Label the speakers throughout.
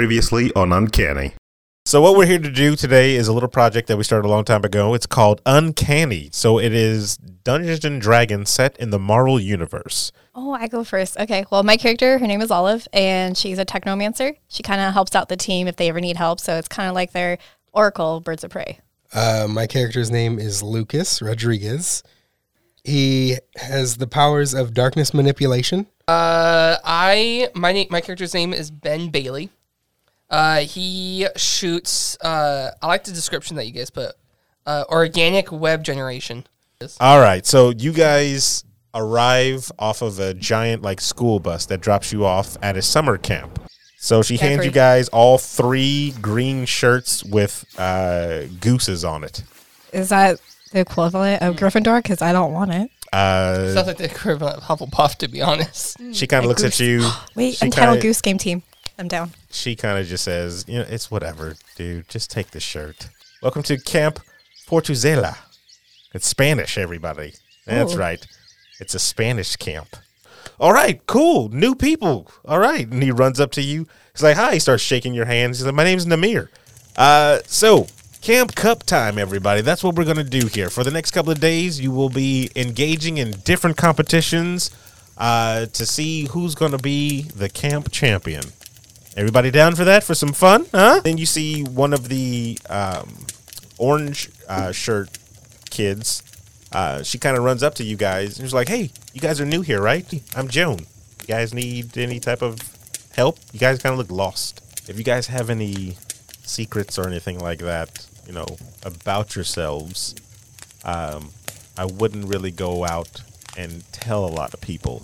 Speaker 1: Previously on Uncanny.
Speaker 2: So what we're here to do today is a little project that we started a long time ago. It's called Uncanny. So it is Dungeons and Dragons set in the Marvel universe.
Speaker 3: Oh, I go first. Okay. Well, my character, her name is Olive, and she's a technomancer. She kind of helps out the team if they ever need help. So it's kind of like their Oracle Birds of Prey.
Speaker 4: Uh, my character's name is Lucas Rodriguez. He has the powers of darkness manipulation.
Speaker 5: Uh, I my name my character's name is Ben Bailey. Uh, he shoots. Uh, I like the description that you guys put. Uh, organic web generation.
Speaker 2: All right. So you guys arrive off of a giant like school bus that drops you off at a summer camp. So she hands
Speaker 3: Jeffrey.
Speaker 2: you guys all three green shirts with uh, gooses on it.
Speaker 3: Is that the equivalent
Speaker 2: Mm.
Speaker 3: of Gryffindor? Because I don't want it.
Speaker 2: Uh,
Speaker 5: Sounds like the equivalent of Hufflepuff, to be honest.
Speaker 2: she kind of looks at you.
Speaker 3: Wait,
Speaker 2: She
Speaker 3: Untitled
Speaker 2: kinda-
Speaker 3: Goose Game Team. I'm down.
Speaker 2: she kind of just says, you know, it's whatever, dude. Just take the shirt. Welcome to Camp Portuzela. It's Spanish, everybody. That's
Speaker 3: Ooh.
Speaker 2: right. It's a Spanish camp. All right, cool. New people. All right. And he runs up to you. He's like, hi. He starts shaking your hands. He's like, my name's Namir. Uh, so, Camp Cup time, everybody. That's what we're going to do here. For the next couple of days, you will be engaging in different competitions uh, to see who's going to be the camp champion. Everybody down for that for some fun, huh? Then you see one of the um, orange uh, shirt kids. Uh, she kind of runs up to you guys and she's like, "Hey, you guys are new here, right? I'm Joan. You guys need any type of help? You guys kind of look lost. If you guys have any secrets or anything like that, you know, about yourselves, um, I wouldn't really go out and tell a lot of people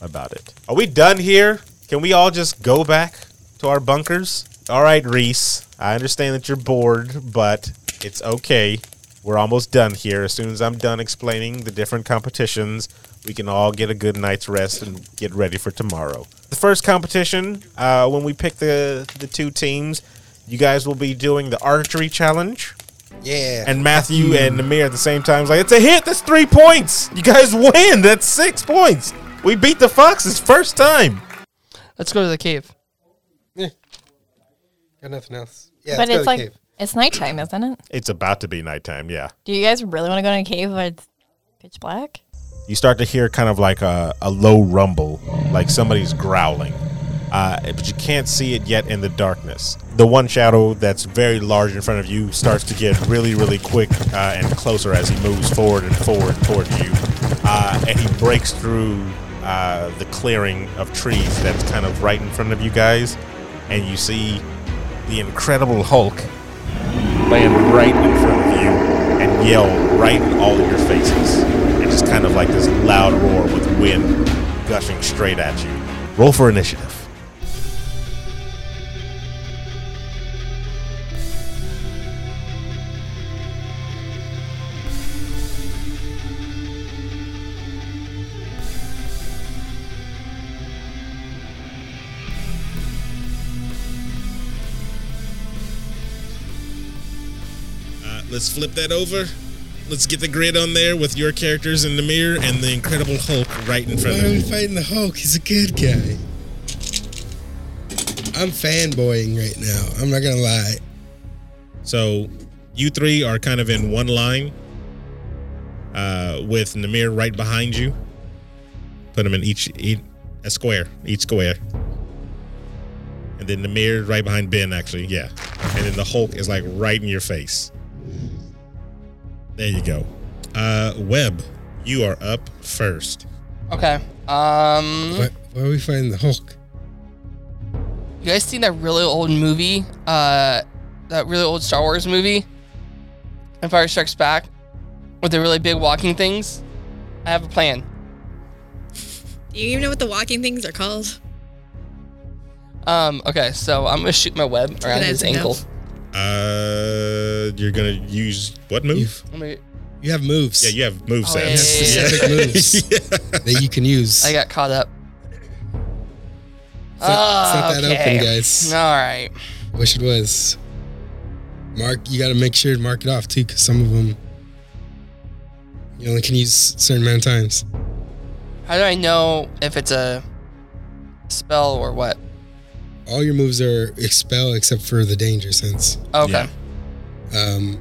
Speaker 2: about it. Are we done here? Can we all just go back to our bunkers? All right, Reese. I understand that you're bored, but it's okay. We're almost done here. As soon as I'm done explaining the different competitions, we can all get a good night's rest and get ready for tomorrow. The first competition, uh, when we pick the the two teams, you guys will be doing the archery challenge
Speaker 4: Yeah.
Speaker 2: and Matthew and Namir at the same time. It's like, it's a hit. That's three points. You guys win. That's six points. We beat the Foxes first time.
Speaker 5: Let's go to the cave.
Speaker 4: eh, Got nothing else. Yeah,
Speaker 3: but
Speaker 4: let's go to
Speaker 3: it's
Speaker 4: the
Speaker 3: like,
Speaker 4: cave.
Speaker 3: it's nighttime, isn't it?
Speaker 2: It's about to be nighttime. Yeah.
Speaker 3: Do you guys really want to go in a cave where it's pitch black?
Speaker 2: You start to hear kind of like a, a low rumble, like somebody's growling. Uh, but you can't see it yet in the darkness. The one shadow that's very large in front of you starts to get really, really quick uh, and closer as he moves forward and forward toward you. Uh, and he breaks through uh, the clearing of trees that's kind of right in front of you guys. And you see the Incredible Hulk land right in front of you and yell right in all of your faces. And just kind of like this loud roar with wind gushing straight at you. Roll for initiative. Uh, let's flip that over. Let's get the grid on there with your characters in the mirror and the Incredible Hulk right in front
Speaker 4: Why
Speaker 2: of
Speaker 4: are we
Speaker 2: you.
Speaker 4: fighting the Hulk? He's a good guy. I'm fanboying right now. I'm not gonna lie.
Speaker 2: So you three are kind of in one line uh, with Namir right behind you. Put them in each, each a square, each square. And then Namir right behind Ben, actually, yeah. And then the Hulk is like right in your face. There you go. Uh, Webb, you are up first.
Speaker 5: Okay. Um,
Speaker 4: Why, why are we fighting the Hulk?
Speaker 5: you guys seen that really old movie? Uh, that really old Star Wars movie, Empire Strikes Back, with the really big walking things. I have a plan.
Speaker 6: Do you even know what the walking things are called?
Speaker 5: Um, okay, so I'm gonna shoot my web around
Speaker 6: Good
Speaker 5: his
Speaker 6: idea.
Speaker 5: ankle.
Speaker 2: Uh, you're gonna use what move?
Speaker 4: You've-
Speaker 5: I'm gonna-
Speaker 4: You have moves.
Speaker 2: yeah, you have moveset.
Speaker 5: Oh, yeah,
Speaker 4: You have specific moves that you can use.
Speaker 5: I got caught up.
Speaker 4: It's not- it's not that open, guys.
Speaker 5: All right.
Speaker 4: Wish it was. Mark, you got to make sure to mark it off too, because some of them you only can use certain amount of times.
Speaker 5: How do I know if it's a spell or what?
Speaker 4: all your moves are expel except for the danger sense.
Speaker 5: Okay.
Speaker 7: Yeah.
Speaker 4: Um,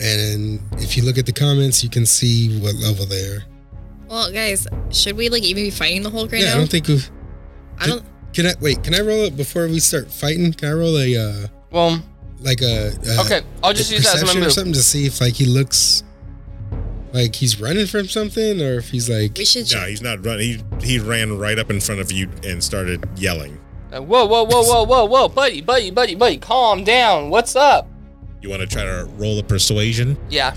Speaker 4: and if you look at the comments, you can see what level they are.
Speaker 3: Well, guys, should we like even be fighting the Hulk right
Speaker 4: yeah,
Speaker 3: now?
Speaker 4: I don't think we've.
Speaker 3: I don't.
Speaker 4: Can I wait? Can I roll it before we start fighting? Can I roll a uh,
Speaker 5: Well,
Speaker 4: like a, a
Speaker 5: okay. I'll just use that as my
Speaker 4: perception or
Speaker 5: move.
Speaker 4: something to see if like he looks like he's running from something or if he's like
Speaker 3: We should.
Speaker 2: No, he's not running. He he ran right up in front of you and started yelling.
Speaker 5: Uh, Whoa, whoa, whoa, whoa, whoa, whoa, buddy, buddy, buddy, buddy, calm down. What's up?
Speaker 2: You want to try to roll a persuasion
Speaker 5: Yeah.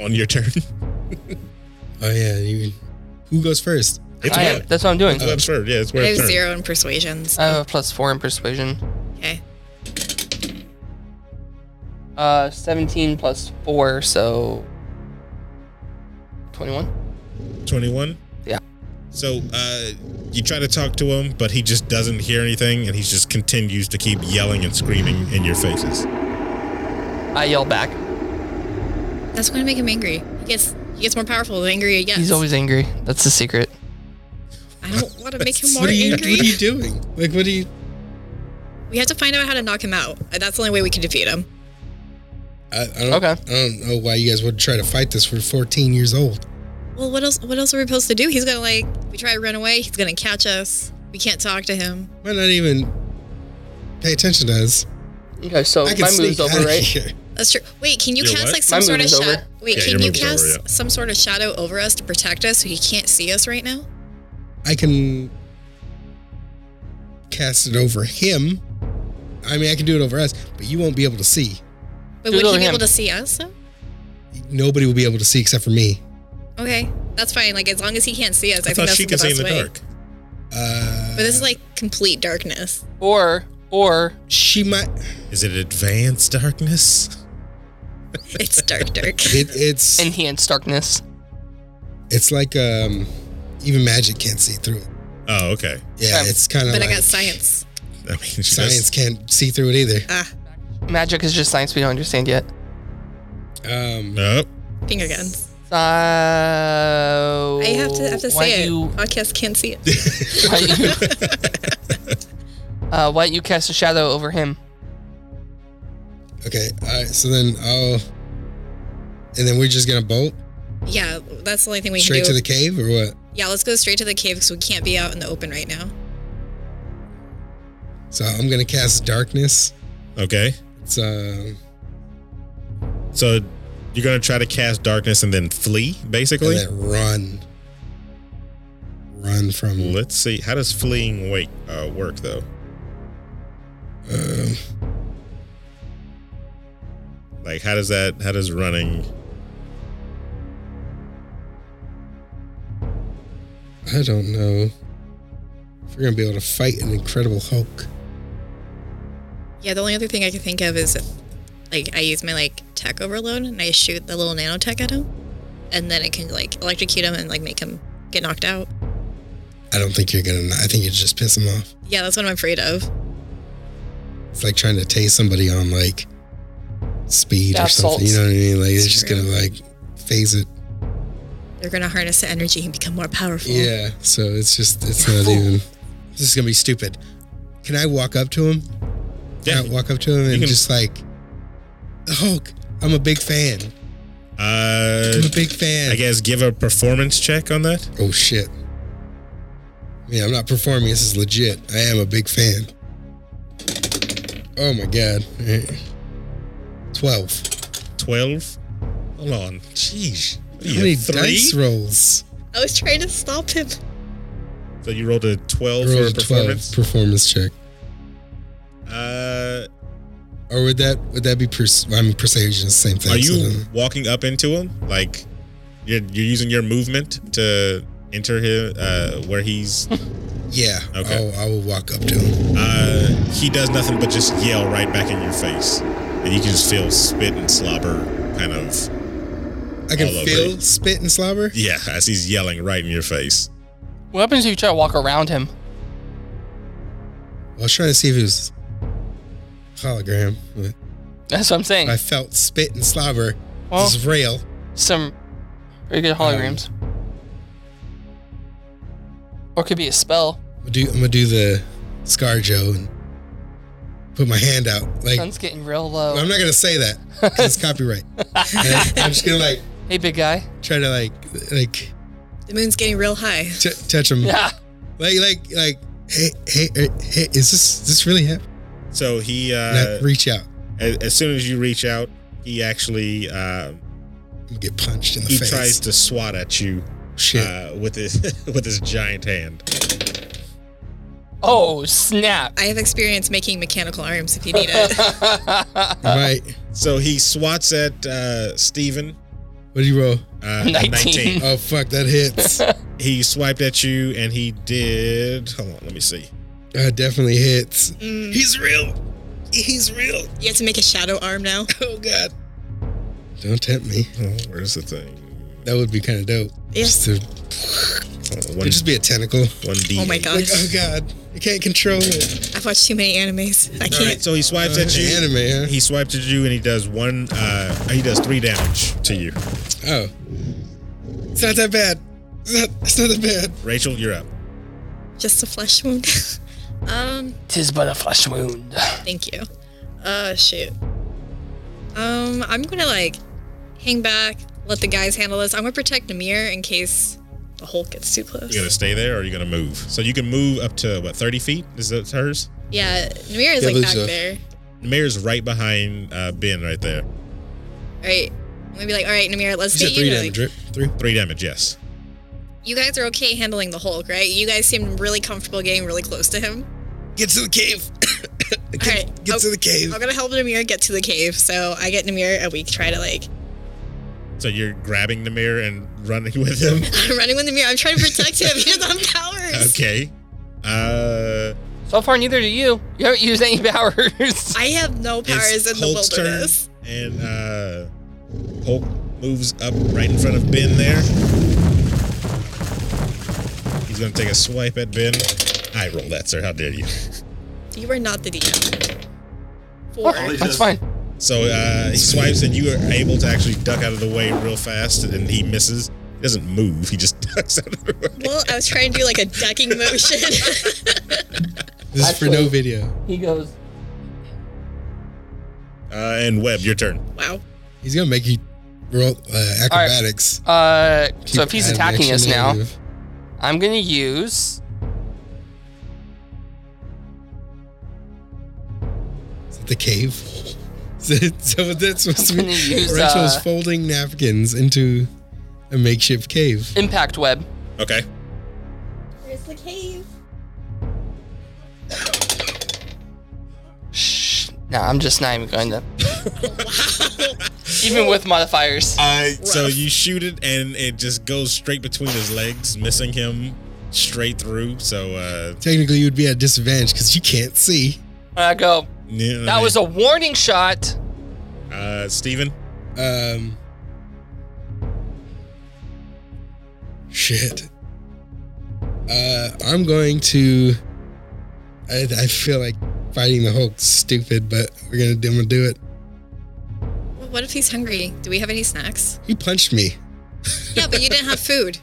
Speaker 2: on your turn?
Speaker 4: oh yeah you, who goes first?
Speaker 2: It's
Speaker 5: I am.
Speaker 2: Webb.
Speaker 5: That's what I'm doing.
Speaker 2: It's Webb's turn. Yeah, it's
Speaker 3: uh, I
Speaker 2: Webb's
Speaker 3: have
Speaker 2: turn.
Speaker 3: zero in persuasions.
Speaker 5: I have a plus four in persuasion.
Speaker 3: okay.
Speaker 5: Uh, 17 plus four, so 21.
Speaker 2: 21?
Speaker 5: Yeah.
Speaker 2: So uh, you try to talk to him, but he just doesn't hear anything, and he just continues to keep yelling and screaming in your faces.
Speaker 5: I yell back.
Speaker 3: That's gonna make him angry. He gets he gets more powerful the angrier he gets.
Speaker 5: He's always angry. That's the secret.
Speaker 3: I don't want to make him more
Speaker 4: What are you
Speaker 3: angry.
Speaker 4: What are you doing? Like what are you?
Speaker 3: We have to find out how to knock him out. That's the only way we can defeat him.
Speaker 4: I, I don't,
Speaker 5: Okay.
Speaker 4: I don't know why you guys would try to fight this. We're 14 years old.
Speaker 3: Well, what else? What else are we supposed to do? He's gonna like. We try to run away. He's gonna catch us. We can't talk to him.
Speaker 4: Might not even pay attention to us.
Speaker 5: Okay, so
Speaker 4: I can
Speaker 5: Oh, my
Speaker 4: sneak
Speaker 5: move's
Speaker 4: out
Speaker 5: over,
Speaker 4: of
Speaker 5: right?
Speaker 4: here.
Speaker 3: That's true. Wait, can you
Speaker 2: Your
Speaker 3: cast
Speaker 2: what?
Speaker 3: like some
Speaker 5: My
Speaker 3: sort of
Speaker 5: move is
Speaker 3: shadow?
Speaker 5: over.
Speaker 3: Wait,
Speaker 2: Yeah,
Speaker 3: can
Speaker 2: your
Speaker 3: you
Speaker 2: move is over,
Speaker 3: cast
Speaker 2: yeah.
Speaker 3: some sort of shadow over us to protect us so he can't see us right now?
Speaker 4: I can cast it over him. I mean, I can do it over us, but you won't be able to see.
Speaker 3: But
Speaker 5: Do
Speaker 3: would
Speaker 5: it
Speaker 3: he
Speaker 5: over
Speaker 3: be
Speaker 5: him.
Speaker 3: able to see us? though?
Speaker 4: Nobody will be able to see except for me.
Speaker 3: Okay, that's fine. Like as long as he can't see us, I,
Speaker 2: I,
Speaker 3: think
Speaker 2: thought
Speaker 3: that's
Speaker 2: she
Speaker 3: the
Speaker 2: could see in
Speaker 3: best
Speaker 2: the
Speaker 3: way.
Speaker 2: dark.
Speaker 4: Uh,
Speaker 3: But this is like complete darkness.
Speaker 5: Or, or,
Speaker 4: she might.
Speaker 2: Is it advanced darkness?
Speaker 3: It's dark, dark.
Speaker 4: It, it's
Speaker 5: enhanced darkness.
Speaker 4: it's like um, even magic can't see through it.
Speaker 2: Oh, okay.
Speaker 4: Yeah,
Speaker 5: Okay.
Speaker 4: it's kind of.
Speaker 3: but I
Speaker 4: like
Speaker 3: got science.
Speaker 2: I mean, she Does,
Speaker 4: Science can't see through it either.
Speaker 3: Ah,
Speaker 5: Magic is just science we don't understand yet.
Speaker 4: Um,
Speaker 2: Nope.
Speaker 3: finger guns.
Speaker 5: So, I
Speaker 3: I have to I have to
Speaker 5: why
Speaker 3: say it.
Speaker 5: You,
Speaker 3: Podcast can't see it.
Speaker 5: why you, uh, why don't you cast a shadow over him?
Speaker 4: Okay. All right. So then I'll. And then we're just gonna bolt
Speaker 3: yeah, that's the only thing we
Speaker 4: straight to
Speaker 3: can do.
Speaker 4: the cave, or what?
Speaker 3: yeah, let's go straight to the cave because we can't be out in the open right now.
Speaker 4: So I'm gonna cast darkness.
Speaker 2: Okay.
Speaker 4: It's um,
Speaker 2: So you're going to try to cast darkness and then flee, basically?
Speaker 4: and then run, run from.
Speaker 2: Let's see. How does fleeing wake, uh, work, though?
Speaker 4: Um,
Speaker 2: Like, how does that, how does running.
Speaker 4: I don't know if we're gonna be able to fight an Incredible Hulk.
Speaker 3: Yeah, the only other thing I can think of is like I use my like tech overload and I shoot the little nanotech at him, and then it can like electrocute him and like make him get knocked out.
Speaker 4: I don't think you're gonna. I think you just piss him off.
Speaker 3: Yeah, that's what I'm afraid of.
Speaker 4: It's like trying to tase somebody on like speed or
Speaker 5: Bath
Speaker 4: something.
Speaker 5: salts.
Speaker 4: You know what I mean? Like it's
Speaker 3: It's
Speaker 4: just
Speaker 3: true.
Speaker 4: gonna like phase it.
Speaker 3: They're gonna harness the energy and become more powerful.
Speaker 4: Yeah. So it's just it's not even. This is gonna be stupid. Can I walk up to him? Can I walk up to him and
Speaker 2: can-
Speaker 4: just like Hulk. I'm a big fan.
Speaker 2: Uh,
Speaker 4: I'm a big fan.
Speaker 2: I guess give a performance check on that.
Speaker 4: Oh shit. Man, I'm not performing. This is legit. I am a big fan. Oh my god. Eh. Twelve.
Speaker 2: 12. Hold on. Jeez. What are
Speaker 4: How many
Speaker 2: you,
Speaker 4: dice
Speaker 2: three?
Speaker 4: rolls?
Speaker 3: I was trying to stop him.
Speaker 2: So you rolled a 12 for a
Speaker 4: Rolled
Speaker 2: performance?
Speaker 4: performance check.
Speaker 2: Uh,
Speaker 4: Or would that would that be pers- I mean persuasion is the same thing.
Speaker 2: are
Speaker 4: so
Speaker 2: you
Speaker 4: then-
Speaker 2: walking up into him? Like, you're, you're using your movement to enter him uh, where he's.
Speaker 4: yeah.
Speaker 2: Okay.
Speaker 4: I'll, I will walk up to him.
Speaker 2: Uh, he does nothing but just yell right back in your face. And you can just feel spit and slobber kind of.
Speaker 4: I can
Speaker 2: All over
Speaker 4: feel
Speaker 2: you.
Speaker 4: spit and slobber.
Speaker 2: Yeah, as he's yelling right in your face.
Speaker 5: What happens if you try to walk around him?
Speaker 4: I was trying to see if it was hologram. but
Speaker 5: That's what I'm saying.
Speaker 4: I felt spit and slobber.
Speaker 5: Well-
Speaker 4: this is real.
Speaker 5: Some pretty good holograms. or it could be a spell.
Speaker 4: I'm gonna do, I'm gonna do the ScarJo and put my hand out. Like,
Speaker 5: Sun's getting real low.
Speaker 4: I'm not gonna say that 'cause it's copyright. I'm just gonna like
Speaker 5: hey, big guy.
Speaker 4: try to like like
Speaker 3: The moon's getting real high.
Speaker 4: t- touch him.
Speaker 5: Yeah.
Speaker 4: Like like like hey hey hey, hey is this this really him?
Speaker 2: So he,
Speaker 4: And I
Speaker 2: uh,
Speaker 4: reach out
Speaker 2: as, as soon as you reach out, he actually uh,
Speaker 4: and get punched in the
Speaker 2: he
Speaker 4: face.
Speaker 2: tries to swat at you
Speaker 4: Shit.
Speaker 2: uh, with his with his giant hand.
Speaker 5: Oh, snap.
Speaker 3: I have experience making mechanical arms if you need it.
Speaker 4: right.
Speaker 2: So he swats at uh, Steven,
Speaker 4: What do you roll?
Speaker 2: uh,
Speaker 5: 19.
Speaker 2: 19.
Speaker 4: Oh fuck, that hits.
Speaker 2: He swiped at you and he did. Hold on, let me see.
Speaker 4: That definitely hits.
Speaker 3: Mm,
Speaker 4: He's real. He's real.
Speaker 3: you have to make a shadow arm now.
Speaker 4: Oh god. Don't tempt me.
Speaker 2: Oh, Where's the thing?
Speaker 4: That would be kind of dope.
Speaker 3: Yes.
Speaker 4: Just to,
Speaker 2: Oh,
Speaker 4: it'd
Speaker 2: One,
Speaker 4: just be a tentacle.
Speaker 2: one D.
Speaker 3: Oh my
Speaker 4: Like,
Speaker 3: gosh.
Speaker 4: oh god, I can't control it.
Speaker 3: I've watched too many animes. I
Speaker 2: All
Speaker 3: can't.
Speaker 2: right, so he swipes
Speaker 4: Uh,
Speaker 2: at you.
Speaker 4: Anime, huh?
Speaker 2: He swiped at you and he does one. Uh, he does three damage to you.
Speaker 4: Oh, it's not that bad. It's not, it's not that bad.
Speaker 2: Rachel, you're up.
Speaker 3: Just a flesh wound. um,
Speaker 5: Tis but a flesh wound.
Speaker 3: thank you. Uh, shoot. Um, I'm gonna like hang back, let the guys handle this. I'm gonna protect Namir in case the Hulk gets too close.
Speaker 2: You gonna stay there or are you gonna move? So you can move up to what thirty feet? Is that hers?
Speaker 3: Yeah, Namir is
Speaker 4: Yeah,
Speaker 3: like back
Speaker 4: Lisa.
Speaker 3: there.
Speaker 2: The mayor's right behind uh, Ben, right there.
Speaker 3: All right. I'm gonna be like, all right, Namir, let's
Speaker 4: You
Speaker 3: hit
Speaker 4: said three
Speaker 3: you.
Speaker 4: damage, right? Three.
Speaker 2: Three damage, yes.
Speaker 3: you guys are okay handling the Hulk, right? You guys seem really comfortable getting really close to him.
Speaker 4: Get to the cave. get
Speaker 3: All right.
Speaker 4: get
Speaker 3: I'll-
Speaker 4: to the cave.
Speaker 3: I'm gonna help Namir get to the cave, so I get Namir and we try to like.
Speaker 2: So you're grabbing the mayor and running with him.
Speaker 3: I'm running with Namir. I'm trying to protect him. He doesn't have powers.
Speaker 2: Okay. Uh,
Speaker 5: So far, neither do you. You haven't used any powers.
Speaker 3: I have no powers
Speaker 2: it's
Speaker 3: in
Speaker 2: Hulk's
Speaker 3: the wilderness.
Speaker 2: turn, and uh, Hulk moves up right in front of Ben there. He's gonna take a swipe at Ben. I roll that, sir. How dare you?
Speaker 3: You are not the DM. Four.
Speaker 5: That's fine.
Speaker 2: So uh, he swipes, and you are able to actually duck out of the way real fast, and he misses. He doesn't move. He just ducks out of the way.
Speaker 3: Well, I was trying to do like a ducking motion.
Speaker 4: this is for no
Speaker 5: Actually-
Speaker 4: video.
Speaker 5: He goes,
Speaker 2: Uh, and Webb, your turn.
Speaker 3: wow.
Speaker 4: He's gonna make you roll uh, acrobatics.
Speaker 5: uh, so
Speaker 4: Keep
Speaker 5: if he's
Speaker 4: adding
Speaker 5: attacking
Speaker 4: extra
Speaker 5: us now,
Speaker 4: negative.
Speaker 5: I'm gonna use.
Speaker 4: Is it the cave? so so what that's supposed to
Speaker 5: I'm
Speaker 4: be.
Speaker 5: gonna use,
Speaker 4: Rachel's
Speaker 5: uh,
Speaker 4: folding napkins into a makeshift cave.
Speaker 5: Impact Web.
Speaker 2: Okay.
Speaker 3: Where's the cave?
Speaker 5: Shh. Nah, I'm just not even going to. even with modifiers.
Speaker 2: So you shoot it, and it just goes straight between his legs, missing him straight through. So uh,
Speaker 4: Technically, you'd be at disadvantage because you can't see.
Speaker 5: I go,
Speaker 2: yeah,
Speaker 5: that was a warning shot.
Speaker 2: uh, Steven.
Speaker 4: Um. Shit. Uh, I'm going to. I, I feel like fighting the Hulk's stupid, but we're gonna, I'm gonna do it.
Speaker 3: Well, what if he's hungry? Do we have any snacks?
Speaker 4: He punched me.
Speaker 3: Yeah, but you didn't have food.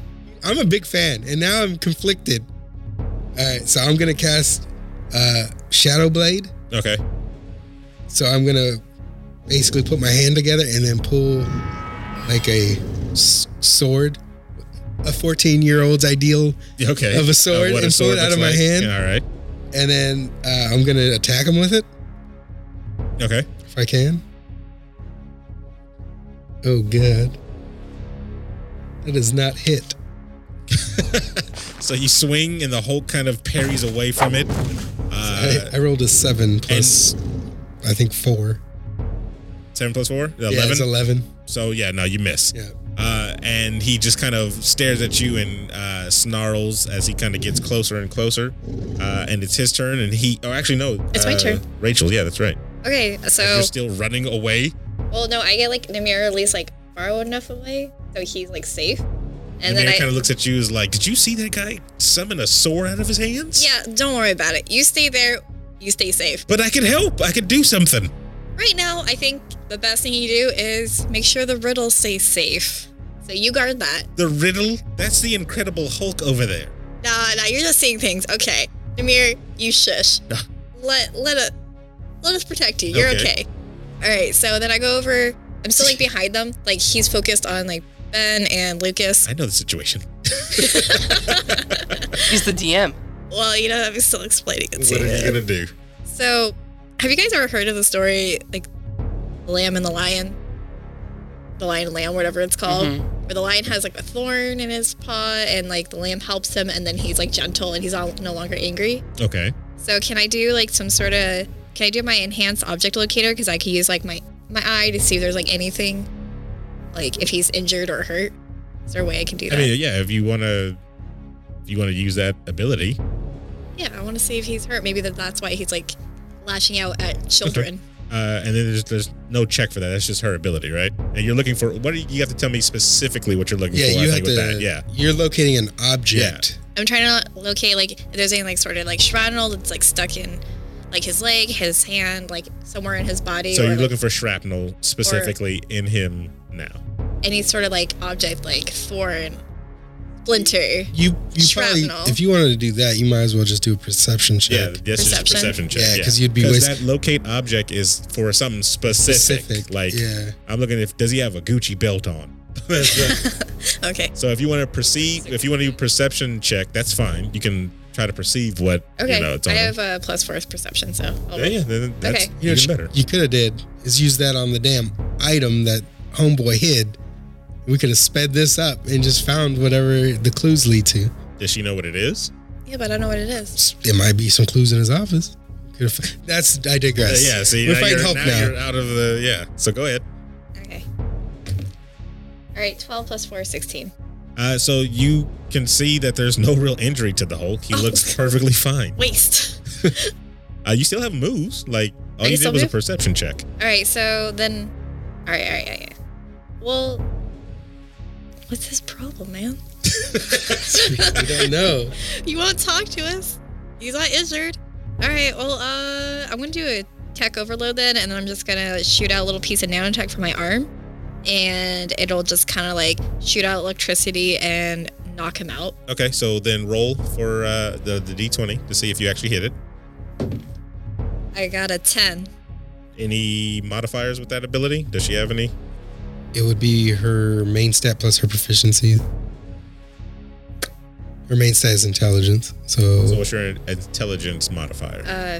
Speaker 4: I'm a big fan, and now I'm conflicted. All right, so I'm gonna cast uh, Shadow Blade.
Speaker 2: Okay.
Speaker 4: So I'm gonna basically put my hand together and then pull like a s- sword, a 14 year old's ideal,
Speaker 2: Okay.
Speaker 4: Of a sword
Speaker 2: what
Speaker 4: and pull it out
Speaker 2: looks
Speaker 4: of my hand?
Speaker 2: Yeah, all right.
Speaker 4: and then uh, I'm gonna attack him with it
Speaker 2: Okay.
Speaker 4: if I can. Oh god, that does not hit.
Speaker 2: So you swing, and the Hulk kind of parries away from it. Uh,
Speaker 4: I, I rolled a seven plus, I think four.
Speaker 2: Seven plus four,
Speaker 4: Yeah,
Speaker 2: eleven.
Speaker 4: it's eleven.
Speaker 2: so yeah, no, you miss.
Speaker 4: Yeah.
Speaker 2: Uh, and he just kind of stares at you and uh, snarls as he kind of gets closer and closer. Uh, and it's his turn, and he. Oh, actually, no.
Speaker 3: It's my
Speaker 2: uh,
Speaker 3: turn.
Speaker 2: Rachel, yeah, that's right.
Speaker 3: Okay,
Speaker 2: If
Speaker 3: so
Speaker 2: You're still running away.
Speaker 3: well, no, I get like Namir at least like far enough away, so he's like safe.
Speaker 2: And
Speaker 3: And
Speaker 2: the
Speaker 3: then
Speaker 2: mayor
Speaker 3: I
Speaker 2: kind of looks at you as like, "Did you see that guy summon a sword out of his hands?"
Speaker 3: yeah, don't worry about it. You stay there. You stay safe.
Speaker 2: But I could help. I could do something.
Speaker 3: Right now, I think the best thing you do is make sure the riddle stays safe. So you guard that.
Speaker 2: The riddle. That's the Incredible Hulk over there.
Speaker 3: Nah, nah, you're just seeing things. Okay. Namir, you shush. let let us let us protect you. You're
Speaker 2: Okay.
Speaker 3: okay. All right. So then I go over. I'm still like behind them. Like he's focused on like Ben and Lucas.
Speaker 2: I know the situation.
Speaker 5: He's the DM.
Speaker 3: Well, you know, I'm still explaining it
Speaker 2: What
Speaker 3: to
Speaker 2: are
Speaker 3: you.
Speaker 2: you gonna do?
Speaker 3: So, have you guys ever heard of the story like the lamb and the lion? The lion and lamb, whatever it's called.
Speaker 2: Mm-hmm.
Speaker 3: Where the lion has like a thorn in his paw and like the lamb helps him and then he's like gentle and he's all, no longer angry.
Speaker 2: Okay.
Speaker 3: So can I do like some sort of can I do my enhanced object locator cuz I could use like my my eye to see if there's like anything like if he's injured or hurt. Is there a way I can do
Speaker 2: I
Speaker 3: that?
Speaker 2: mean, yeah. If you wanna, if you wanna use that ability,
Speaker 3: yeah, I want to see if he's hurt. Maybe that that's why he's like lashing out at children.
Speaker 2: uh, and then there's there's no check for that. That's just her ability, right? And you're looking for what? Are you, you have to tell me specifically what you're looking
Speaker 4: Yeah,
Speaker 2: for. I
Speaker 4: you have
Speaker 2: think
Speaker 4: to.
Speaker 2: with that. Yeah.
Speaker 4: You're locating an object.
Speaker 3: I'm trying to locate like if there's any like sort of like shrapnel that's like stuck in like his leg, his hand, like somewhere in his body.
Speaker 2: So
Speaker 3: or,
Speaker 2: you're
Speaker 3: like,
Speaker 2: looking for shrapnel specifically in him now.
Speaker 3: any sort of like object like thorn, splinter.
Speaker 4: You you
Speaker 3: Shrapnel.
Speaker 4: probably if you wanted to do that, you might as well just do a perception check.
Speaker 2: Yeah, this is
Speaker 3: Perception?
Speaker 2: perception check.
Speaker 4: Yeah, 'cause you'd be wasting-
Speaker 2: that locate object is for something specific.
Speaker 4: Specific,
Speaker 2: Like
Speaker 4: yeah.
Speaker 2: I'm looking if does he have a Gucci belt on?
Speaker 3: Okay.
Speaker 2: so if you want to perceive, if you want to do perception check, that's fine. You can try to perceive what
Speaker 3: Okay.
Speaker 2: you know it's
Speaker 3: I
Speaker 2: on.
Speaker 3: have a plus four perception, so oh I'll
Speaker 2: yeah, yeah, then that's
Speaker 3: Okay.
Speaker 4: You know,
Speaker 2: even
Speaker 4: sh-
Speaker 2: better.
Speaker 4: you could have did is use that on the damn item that homeboy hid. We could have sped this up and just found whatever the clues lead to.
Speaker 2: Does she know what it is?
Speaker 3: Yeah, but I don't know what it is.
Speaker 4: It might be some clues in his office. Could have. That's I digress.
Speaker 2: Uh, Yeah, yeah. See,
Speaker 4: we're
Speaker 2: now,
Speaker 4: fighting
Speaker 2: you're,
Speaker 4: hope
Speaker 2: now
Speaker 4: now.
Speaker 2: you're out of the yeah. So go ahead.
Speaker 3: Okay. All right, 12 plus 4 is 16.
Speaker 2: Uh, so you can see that there's no real injury to the Hulk. He
Speaker 3: Oh.
Speaker 2: looks perfectly fine.
Speaker 3: Waste.
Speaker 2: Uh, you still have moves. Like all
Speaker 3: I
Speaker 2: you
Speaker 3: still
Speaker 2: did was a
Speaker 3: move?
Speaker 2: perception check.
Speaker 3: All right, so then. All right, all right, all right. Well, what's his problem, man?
Speaker 4: we don't know.
Speaker 3: You won't talk to us. He's not injured. All right, well, uh, I'm going to do a tech overload then, and then I'm just going to shoot out a little piece of nanotech from my arm, and it'll just kind of like shoot out electricity and knock him out.
Speaker 2: Okay, so then roll for uh, the the d20 to see if you actually hit it.
Speaker 3: I got a 10.
Speaker 2: Any modifiers with that ability? Does she have any?
Speaker 4: It would be her main stat plus her proficiency. Her main stat is intelligence.
Speaker 2: So
Speaker 4: So
Speaker 2: what's your intelligence modifier?
Speaker 3: Uh,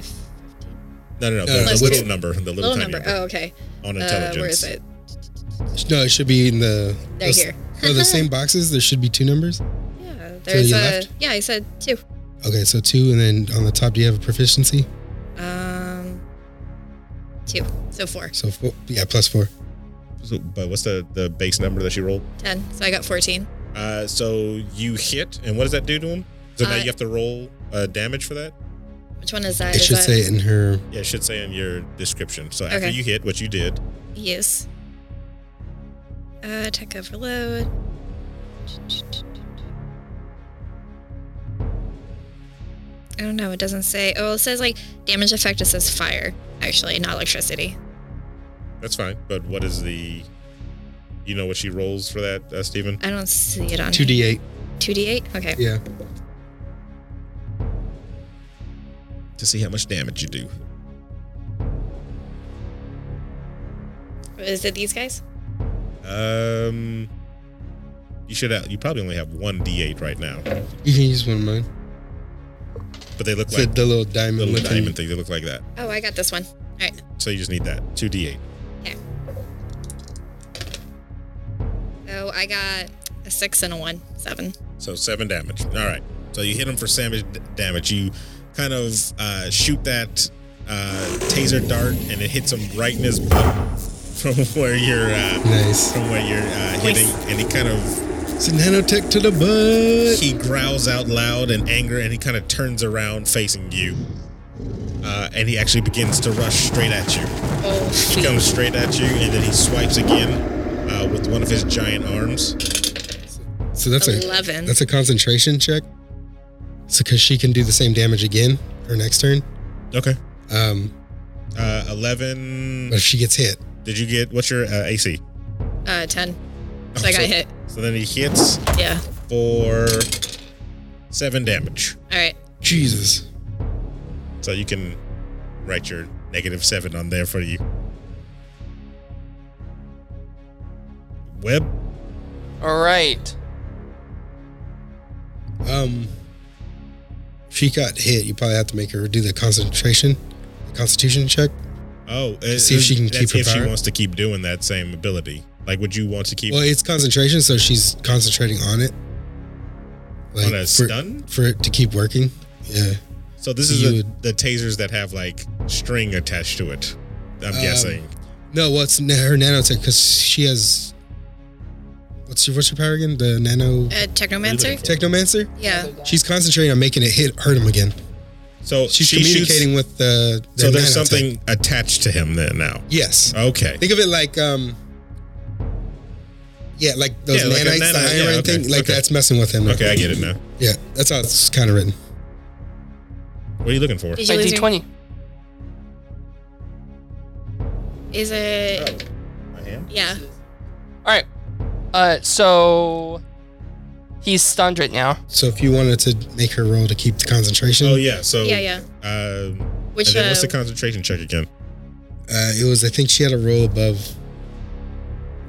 Speaker 2: no, no, no.
Speaker 4: no,
Speaker 2: The
Speaker 4: no,
Speaker 2: little
Speaker 4: it's-
Speaker 2: number. The uh, little,
Speaker 3: little
Speaker 2: tiny
Speaker 3: number. Oh, okay.
Speaker 2: on
Speaker 3: Uh,
Speaker 2: intelligence.
Speaker 3: where is it?
Speaker 4: no, it should be in the
Speaker 3: They're
Speaker 4: those-
Speaker 3: here.
Speaker 4: Oh, the same boxes. There should be two numbers.
Speaker 3: Yeah, there's
Speaker 4: you
Speaker 3: a.
Speaker 4: left?
Speaker 3: Yeah, I said two.
Speaker 4: Okay, so two, and then on the top, do you have a proficiency?
Speaker 3: Um, two. So four.
Speaker 4: So four, yeah, plus four.
Speaker 2: So- but what's the the base number that she rolled?
Speaker 3: Ten. So I got 14.
Speaker 2: Uh, so you hit, and what does that do to him? So now
Speaker 3: Uh,
Speaker 2: you have to roll uh, damage for that.
Speaker 3: Which one is that?
Speaker 4: It
Speaker 3: Is
Speaker 4: should
Speaker 3: that-
Speaker 4: say it in her.
Speaker 2: Yeah, it should say in your description. So after
Speaker 3: Okay.
Speaker 2: you hit, what you did,
Speaker 3: Yes. Uh, tech overload. I don't know. It doesn't say. Oh, it says like damage effect. It says fire, actually, not electricity.
Speaker 2: that's fine. But what is the? You know what she rolls for that, uh, Stephen?
Speaker 3: I don't see it on
Speaker 4: Two D eight.
Speaker 3: 2d8? Okay.
Speaker 4: Yeah.
Speaker 2: To see how much damage you do.
Speaker 3: Is it these guys?
Speaker 2: Um, you should. Have, you probably only have one D8 right now,
Speaker 4: You can use one of mine.
Speaker 2: but they look
Speaker 4: It's
Speaker 2: like
Speaker 4: the, the little diamond.
Speaker 2: little
Speaker 4: looking-
Speaker 2: diamond thing. They look like that.
Speaker 3: Oh, I got this one. All right.
Speaker 2: So you just need that two D8.
Speaker 3: So I got a six and a one. Seven.
Speaker 2: So seven damage. All right. So you hit him for seven damage. You kind of uh, shoot that uh, taser dart, and it hits him right in his butt from where you're uh,
Speaker 4: Nice.
Speaker 2: from where you're uh, hitting, and he kind of
Speaker 4: It's a nanotech to the butt.
Speaker 2: he growls out loud in anger, and he kind of turns around facing you. Uh, and he actually begins to rush straight at you.
Speaker 3: Oh,
Speaker 2: He comes straight at you, and then he swipes again uh, with one of his giant arms.
Speaker 4: So that's a
Speaker 3: 11.
Speaker 4: that's a concentration check. So because she can do the same damage again her next turn.
Speaker 2: Okay.
Speaker 4: Um,
Speaker 2: Uh, Eleven.
Speaker 4: but if she gets hit,
Speaker 2: Did you get what's your uh, AC?
Speaker 3: uh, 10.
Speaker 2: Oh,
Speaker 3: So I got hit.
Speaker 2: So then he hits
Speaker 3: Yeah.
Speaker 2: for seven damage.
Speaker 3: All right.
Speaker 4: Jesus.
Speaker 2: So you can write your negative seven on there for you. Web,
Speaker 5: All right.
Speaker 4: Um, if she got hit, you probably have to make her do the concentration, constitution check.
Speaker 2: oh, uh,
Speaker 4: See if she can
Speaker 2: that's
Speaker 4: keep her
Speaker 2: if she
Speaker 4: power.
Speaker 2: wants to keep doing that same ability. Like, would you want to keep
Speaker 4: Well, it's concentration, so she's concentrating on it. Like
Speaker 2: on a
Speaker 4: for,
Speaker 2: stun?
Speaker 4: for it to keep working. Yeah.
Speaker 2: So this
Speaker 4: so
Speaker 2: is
Speaker 4: you
Speaker 2: the,
Speaker 4: would-
Speaker 2: the tasers that have like string attached to it. I'm
Speaker 4: Um,
Speaker 2: guessing.
Speaker 4: No, what's na- her nanotech? Because she has. What's your what's your power again? The nano
Speaker 3: A Uh, technomancer?
Speaker 4: technomancer.
Speaker 3: Yeah.
Speaker 4: She's concentrating on making it hit hurt him again.
Speaker 2: So
Speaker 4: She's
Speaker 2: she
Speaker 4: communicating
Speaker 2: Shoots,
Speaker 4: with the. the
Speaker 2: so there's
Speaker 4: nanotech.
Speaker 2: something attached to him there now.
Speaker 4: Yes.
Speaker 2: Okay.
Speaker 4: Think of it like um Yeah, like those
Speaker 2: Yeah, like a
Speaker 4: nanites,
Speaker 2: nano-
Speaker 4: the
Speaker 2: yeah,
Speaker 4: iron
Speaker 2: okay,
Speaker 4: thing. Like
Speaker 2: okay.
Speaker 4: that's messing with him.
Speaker 2: Okay, I get it now.
Speaker 4: Yeah, that's how it's kinda written.
Speaker 2: What are you looking for?
Speaker 3: Did you lose
Speaker 5: Nineteen
Speaker 3: your-
Speaker 5: twenty.
Speaker 3: Is it?
Speaker 2: I am.
Speaker 3: Yeah.
Speaker 5: All right. Uh, so he's stunned right now.
Speaker 4: So if you wanted to make her roll to keep the concentration,
Speaker 2: Oh yeah. So
Speaker 3: Yeah, yeah.
Speaker 2: Um,
Speaker 3: Which
Speaker 2: and then
Speaker 3: uh,
Speaker 2: what's the concentration check again?
Speaker 4: uh, it was I think she had a roll above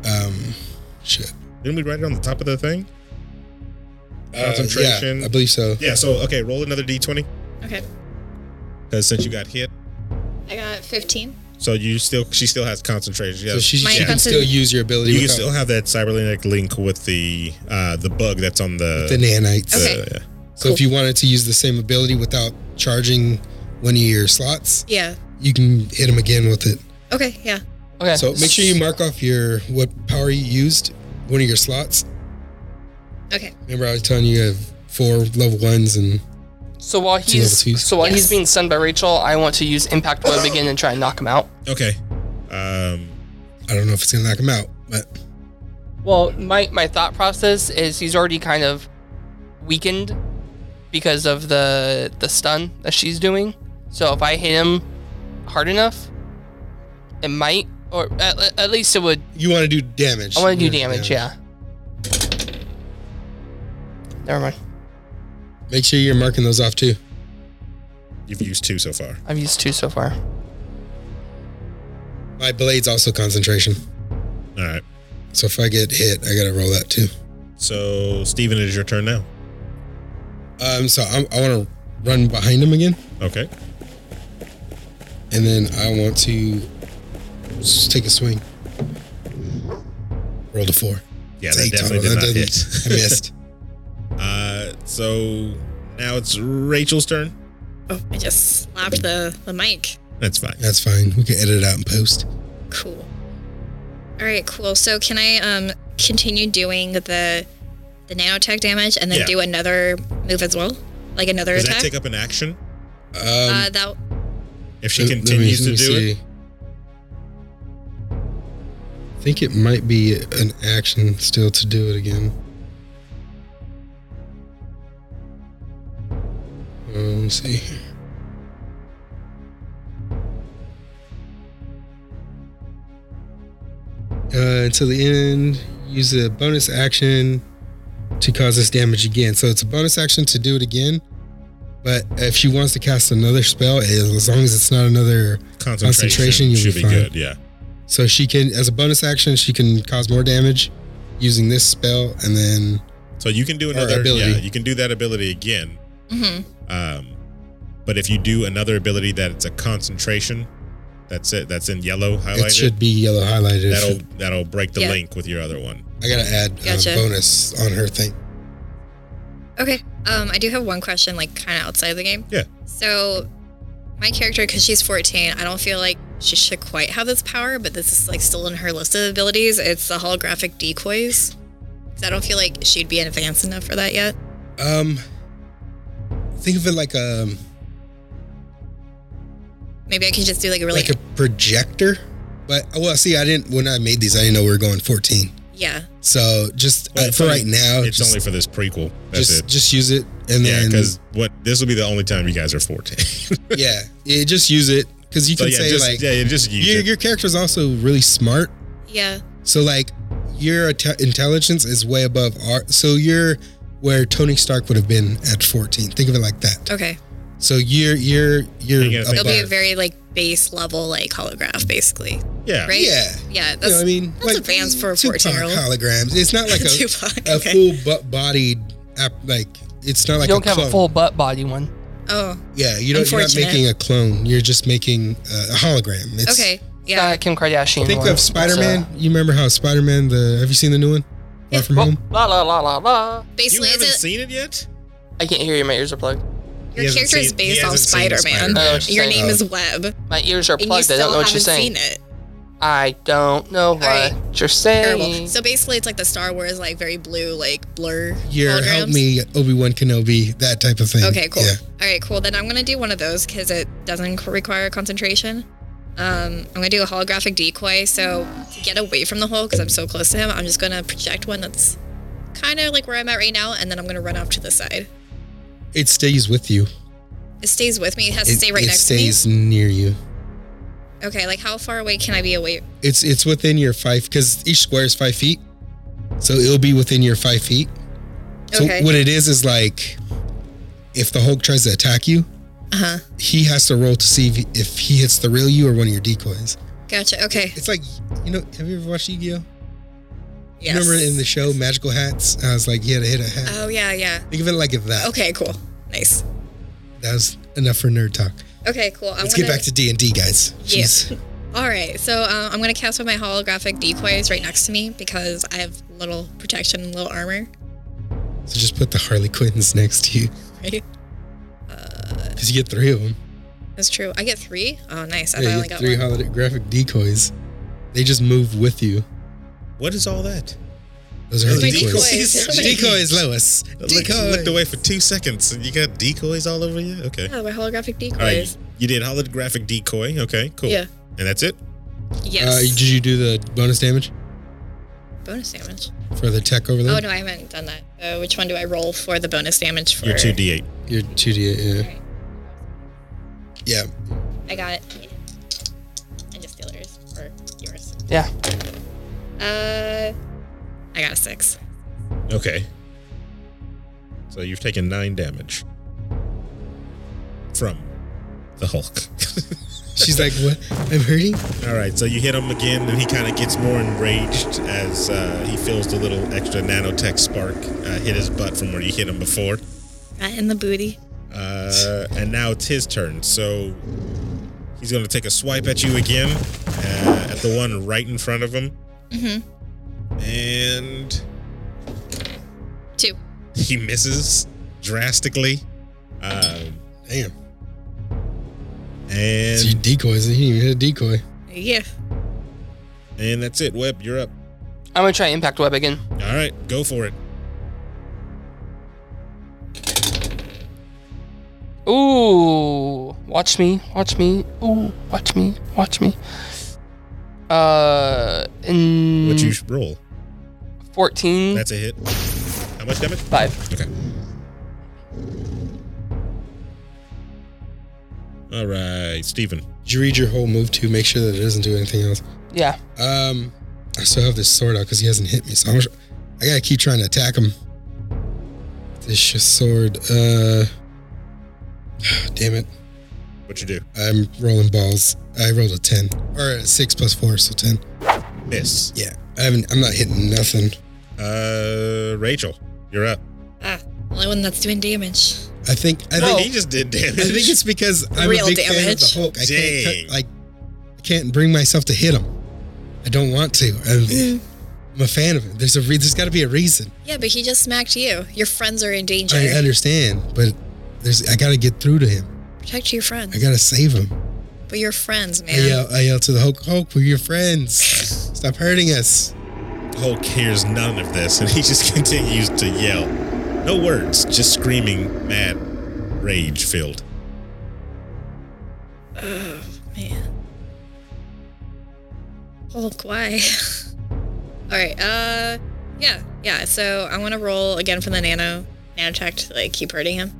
Speaker 4: um shit.
Speaker 2: Didn't we write it on the top of the thing?
Speaker 4: Uh,
Speaker 2: Concentration.
Speaker 4: yeah, I believe so.
Speaker 2: Yeah. So okay, roll another d20
Speaker 3: okay.
Speaker 2: because since you got hit,
Speaker 3: I got 15.
Speaker 2: so you still she still has concentration. Yeah.
Speaker 4: So she,
Speaker 3: My
Speaker 4: she can
Speaker 3: concent-
Speaker 4: still use your ability
Speaker 2: you can
Speaker 4: without
Speaker 2: still have that cybernetic link with the uh the bug that's on the.
Speaker 4: the nanites.
Speaker 3: Okay.
Speaker 2: uh, yeah.
Speaker 4: So if you wanted to use the same ability without charging one of your slots,
Speaker 3: Yeah.
Speaker 4: you can hit him again with it.
Speaker 3: Okay. Yeah.
Speaker 5: Okay.
Speaker 4: So make sure you mark off your what power you used, one of your slots.
Speaker 3: Okay.
Speaker 4: Remember, I was telling you you have four level ones, and
Speaker 5: So while
Speaker 4: Two levels,
Speaker 5: he's
Speaker 4: please.
Speaker 5: so while
Speaker 3: Yes.
Speaker 5: he's being stunned by Rachel, I want to use Impact Web again and try and knock him out.
Speaker 2: Okay. Um.
Speaker 4: I don't know if it's gonna knock him out, but
Speaker 5: Well, my my thought process is he's already kind of weakened because of the the stun that she's doing. So if I hit him hard enough, it might, or at, at least it would.
Speaker 4: you want to do damage.
Speaker 5: I want to do
Speaker 4: You're-
Speaker 5: damage. Yeah. Never mind.
Speaker 4: Make sure you're marking those off too.
Speaker 2: You've used two so far.
Speaker 5: I've used two so far.
Speaker 4: My blade's also concentration,
Speaker 2: All right.
Speaker 4: so if I get hit, I gotta roll that too.
Speaker 2: So Steven, it is your turn now.
Speaker 4: Um, so I'm, I want to run behind him again,
Speaker 2: Okay.
Speaker 4: and then I want to s- take a swing. Rolled a four.
Speaker 2: Yeah, that
Speaker 4: Dang,
Speaker 2: definitely
Speaker 4: Tano,
Speaker 2: did not
Speaker 4: that
Speaker 2: hit.
Speaker 4: doesn't- I missed.
Speaker 2: Uh, so now it's Rachel's turn.
Speaker 3: Oh, I just slapped the, the mic.
Speaker 2: That's fine.
Speaker 4: That's fine. We can edit it out and post.
Speaker 3: Cool. All right, cool. So can I um continue doing the the nanotech damage and then
Speaker 2: Yeah.
Speaker 3: do another move as well? Like another
Speaker 2: Does that
Speaker 3: attack?
Speaker 2: take up an action
Speaker 4: Um,
Speaker 3: uh, that
Speaker 2: if she
Speaker 4: Let- let me-
Speaker 2: continues
Speaker 4: let me
Speaker 2: to do it?
Speaker 4: see. I think it might be an action still to do it again. Uh, Let me see. here. Uh, until the end, use a bonus action to cause this damage again. So it's a bonus action to do it again. But if she wants to cast another spell, as long as it's not another
Speaker 2: Concentration,
Speaker 4: Concentration, you'll
Speaker 2: should be,
Speaker 4: be fine.
Speaker 2: good. Yeah.
Speaker 4: so she can, as a bonus action, she can cause more damage using this spell, and then
Speaker 2: So you can do another.
Speaker 4: ability.
Speaker 2: Yeah, you can do that ability again.
Speaker 3: mhm.
Speaker 2: Um, but if you do another ability that it's a concentration, that's it. That's in yellow highlighted.
Speaker 4: it should be yellow highlighted.
Speaker 2: that'll that'll break the
Speaker 3: Yeah.
Speaker 2: link with your other one.
Speaker 4: I gotta add uh,
Speaker 3: Gotcha.
Speaker 4: bonus on her thing.
Speaker 3: Okay. Um I do have one question like kind of outside of the game.
Speaker 2: Yeah.
Speaker 3: So my character cuz she's 14, I don't feel like she should quite have this power, but this is like still in her list of abilities. It's the holographic decoys. 'Cause I don't feel like she'd be advanced enough for that yet.
Speaker 4: Um, think of it like um, a
Speaker 3: Maybe I can just do like a really
Speaker 4: like a projector, but oh, well, see, I didn't when I made these, I didn't know we were going fourteen.
Speaker 3: yeah.
Speaker 4: So just
Speaker 2: Well,
Speaker 4: uh,
Speaker 2: it's
Speaker 4: for
Speaker 2: only-
Speaker 4: right now,
Speaker 2: it's
Speaker 4: just,
Speaker 2: only for this prequel. That's
Speaker 4: just
Speaker 2: it.
Speaker 4: just use it, and
Speaker 2: Yeah,
Speaker 4: then
Speaker 2: because what this will be the only time you guys are fourteen. so
Speaker 4: yeah, yeah, just use it because you can
Speaker 2: yeah,
Speaker 4: say
Speaker 2: just
Speaker 4: like
Speaker 2: yeah, yeah, just use
Speaker 4: your
Speaker 2: it.
Speaker 4: your character's also really smart.
Speaker 3: Yeah.
Speaker 4: So like your inte- intelligence is way above our. So you're where Tony Stark would have been at 14. Think of it like that.
Speaker 3: Okay.
Speaker 4: So you're you're you're
Speaker 2: You gotta think
Speaker 3: It'll be a
Speaker 4: above.
Speaker 3: very like base level like holograph basically,
Speaker 2: Yeah.
Speaker 3: right?
Speaker 4: yeah.
Speaker 3: Yeah,
Speaker 4: You
Speaker 3: that's
Speaker 4: know what I mean,
Speaker 3: that's advanced for a
Speaker 4: Tupac
Speaker 3: 14-year-old.
Speaker 4: holograms. It's not like a,
Speaker 3: Tupac.
Speaker 4: a
Speaker 3: okay.
Speaker 4: full butt bodied app. Like it's not like
Speaker 5: you don't
Speaker 4: a
Speaker 5: have
Speaker 4: clone.
Speaker 5: a full butt body one.
Speaker 3: Oh,
Speaker 4: Yeah, you don't, you're not
Speaker 3: Unfortunate.
Speaker 4: making a clone. You're just making uh, a hologram. It's,
Speaker 3: okay.
Speaker 5: Yeah,
Speaker 3: Yeah.
Speaker 5: Kim Kardashian.
Speaker 4: Think
Speaker 5: one.
Speaker 4: of Spider Man.
Speaker 5: It's, uh,
Speaker 4: you remember how Spider Man? The Have you seen the new one? Far from
Speaker 5: oh,
Speaker 4: home.
Speaker 5: La la la la la.
Speaker 2: You
Speaker 3: Basically,
Speaker 2: haven't
Speaker 3: it's a,
Speaker 2: seen it yet?
Speaker 5: I can't hear you. My ears are plugged.
Speaker 2: He
Speaker 3: your
Speaker 2: hasn't
Speaker 3: character is
Speaker 2: seen- he
Speaker 3: based on
Speaker 2: hasn't seen the
Speaker 3: Spider Man.
Speaker 2: Spider-Man.
Speaker 4: Oh,
Speaker 5: I know what you're
Speaker 3: Your
Speaker 5: saying.
Speaker 3: name is Web,
Speaker 5: My ears are
Speaker 3: and you
Speaker 5: plugged. I
Speaker 3: still
Speaker 5: don't know what
Speaker 3: haven't
Speaker 5: you're
Speaker 3: seen
Speaker 5: saying.
Speaker 3: it.
Speaker 5: I don't know what
Speaker 3: right.
Speaker 5: you're saying.
Speaker 3: Terrible. So basically, it's like the Star Wars like very blue like blur.
Speaker 4: Your
Speaker 3: holograms.
Speaker 4: help me Obi Wan Kenobi. That type of thing.
Speaker 3: Okay, cool.
Speaker 4: Mm, Yeah.
Speaker 3: All right, cool. Then I'm gonna do one of those because it doesn't c- require concentration. Um, I'm gonna do a holographic decoy. So to get away from the hole because I'm so close to him, I'm just gonna project one that's kind of like where I'm at right now, and then I'm gonna run off to the side.
Speaker 4: It stays with you.
Speaker 3: It stays with me. It has
Speaker 4: It,
Speaker 3: to stay right
Speaker 4: it
Speaker 3: next
Speaker 4: stays near you.
Speaker 3: to me. Okay, like how far away can I be away?
Speaker 4: It's it's within your five because each square is five feet, so it'll be within your five feet. So
Speaker 3: Okay.
Speaker 4: what it is is like, if the Hulk tries to attack you,
Speaker 3: Uh huh.
Speaker 4: he has to roll to see if, if he hits the real you or one of your decoys.
Speaker 3: Gotcha. Okay.
Speaker 4: It's like you know, have you ever watched Yu-Gi-Oh?
Speaker 3: Yes.
Speaker 4: Remember in the show Magical Hats? I was like, you had to hit a hat.
Speaker 3: Oh yeah, yeah.
Speaker 4: Think of it like that.
Speaker 3: Okay, cool. Nice.
Speaker 4: That was enough for nerd talk.
Speaker 3: Okay, cool. I'm
Speaker 4: Let's
Speaker 3: gonna,
Speaker 4: get back to D and D, guys.
Speaker 3: Yeah.
Speaker 4: Jeez.
Speaker 3: All right, so uh, I'm gonna cast one of my holographic decoys right next to me because I have little protection and little armor.
Speaker 4: So just put the Harley Quinns next to you
Speaker 3: Right?
Speaker 4: because you get three of them.
Speaker 3: That's true. I get three. Oh, nice. I
Speaker 4: yeah,
Speaker 3: finally
Speaker 4: you get
Speaker 3: got
Speaker 4: three
Speaker 3: one.
Speaker 4: holographic decoys. They just move with you.
Speaker 2: What is all that?
Speaker 4: Those are
Speaker 2: Those
Speaker 4: her
Speaker 2: are
Speaker 4: decoys.
Speaker 2: decoys.
Speaker 4: Decoys, Lois.
Speaker 2: I
Speaker 4: Decoys.
Speaker 2: Looked, looked away for two seconds and you got decoys all over you? Okay.
Speaker 3: yeah, my holographic
Speaker 2: All right.
Speaker 3: decoys.
Speaker 2: You did holographic decoy. Okay, cool.
Speaker 3: Yeah.
Speaker 2: And that's it?
Speaker 4: Uh,
Speaker 3: Yes.
Speaker 4: did you do the bonus damage
Speaker 3: bonus damage.
Speaker 4: for the tech overload?
Speaker 3: Oh no, I haven't done that. Uh, which one do I roll for the bonus damage for?
Speaker 2: Your 2d8.
Speaker 4: Your two D. Yeah. Yeah.
Speaker 3: I got it. And just steal yours or yours.
Speaker 5: Yeah.
Speaker 3: Uh, I got a six.
Speaker 2: Okay. So you've taken nine damage from the Hulk.
Speaker 4: She's like, what? I'm hurting.
Speaker 2: All right, so you hit him again, and he kind of gets more enraged as uh, he feels the little extra nanotech spark uh, hit his butt from where you hit him before.
Speaker 3: Right in the booty.
Speaker 2: Uh, and now it's his turn, so he's going to take a swipe at you again, uh, at the one right in front of him.
Speaker 3: Mhm.
Speaker 4: Mm-hmm.
Speaker 2: And
Speaker 3: Two.
Speaker 2: he misses drastically. Um,
Speaker 4: Damn.
Speaker 2: and
Speaker 4: So you decoys. He didn't even hit a decoy.
Speaker 3: Yeah.
Speaker 2: and that's it. Webb, you're up.
Speaker 5: I'm gonna try impact web again.
Speaker 2: All right, go for it.
Speaker 5: Ooh, watch me, watch me. Ooh, watch me, watch me. Uh, in
Speaker 2: What
Speaker 4: Mm.
Speaker 2: you roll?
Speaker 5: 14,
Speaker 2: That's a hit. How much damage?
Speaker 5: five.
Speaker 2: Okay. All right, Steven.
Speaker 4: Did you read your whole move to make sure that it doesn't do anything else?
Speaker 5: Yeah,
Speaker 4: Um, I still have this sword out because he hasn't hit me, so I'm, gonna- I gotta keep trying to attack him. This sh- sword. Uh, damn it!
Speaker 2: What you do?
Speaker 4: I'm rolling balls. I rolled a ten or a six plus four, so ten.
Speaker 2: Miss.
Speaker 4: Yeah, I haven't. I'm not hitting nothing.
Speaker 2: Uh, Rachel, you're up.
Speaker 3: Ah, only one that's doing damage.
Speaker 4: I think. I
Speaker 5: No.
Speaker 4: think.
Speaker 2: He just did damage.
Speaker 4: I think it's because I'm
Speaker 3: Real
Speaker 4: a big fan of
Speaker 3: damage.
Speaker 4: the Hulk. I
Speaker 2: Dang.
Speaker 4: can't. Like, I can't bring myself to hit him. I don't want to.
Speaker 3: Eh.
Speaker 4: I'm, I'm a fan of it. There's a. Re- there's got to be a reason.
Speaker 3: Yeah, but he just smacked you. Your friends are in danger.
Speaker 4: I understand, but there's I gotta get through to him.
Speaker 3: Protect your friends.
Speaker 4: I gotta save him.
Speaker 3: but your friends, man.
Speaker 4: I yell, I yell to the Hulk, Hulk, we're your friends. Stop hurting us.
Speaker 2: Hulk hears none of this, and he just continues to yell. No words, just screaming, mad, rage filled.
Speaker 3: Oh, man. Hulk, why? All right. Uh, yeah, yeah. So I want to roll again from the nano nanotech to like keep hurting him.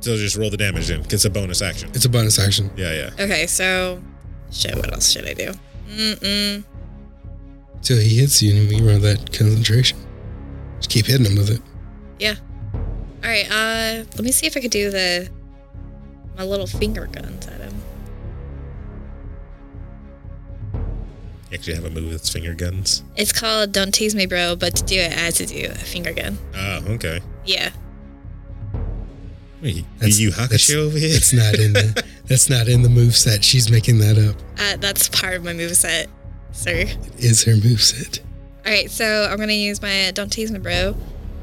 Speaker 2: So just roll the damage in. 'cause It's a bonus action.
Speaker 4: It's a bonus action.
Speaker 2: Yeah, yeah.
Speaker 3: Okay, so shit. What else should I do? Mm-mm.
Speaker 4: Till he hits you and you run that concentration. Just keep hitting him with it.
Speaker 3: All right. Uh, let me see if I could do the my little finger guns at him.
Speaker 2: You actually have a move that's finger guns.
Speaker 3: It's called Don't Tease Me Bro, but to do it, I had to do a finger gun.
Speaker 2: Oh, okay.
Speaker 3: Yeah.
Speaker 2: Wait, you,
Speaker 4: That's-
Speaker 2: you
Speaker 4: that's-
Speaker 2: Hakusho over here?
Speaker 4: It's not in the that's not in the moveset. She's making that up.
Speaker 3: Uh, that's part of my moveset, sir.
Speaker 4: It is her moveset.
Speaker 3: All right, so I'm gonna use my don't tease me, bro.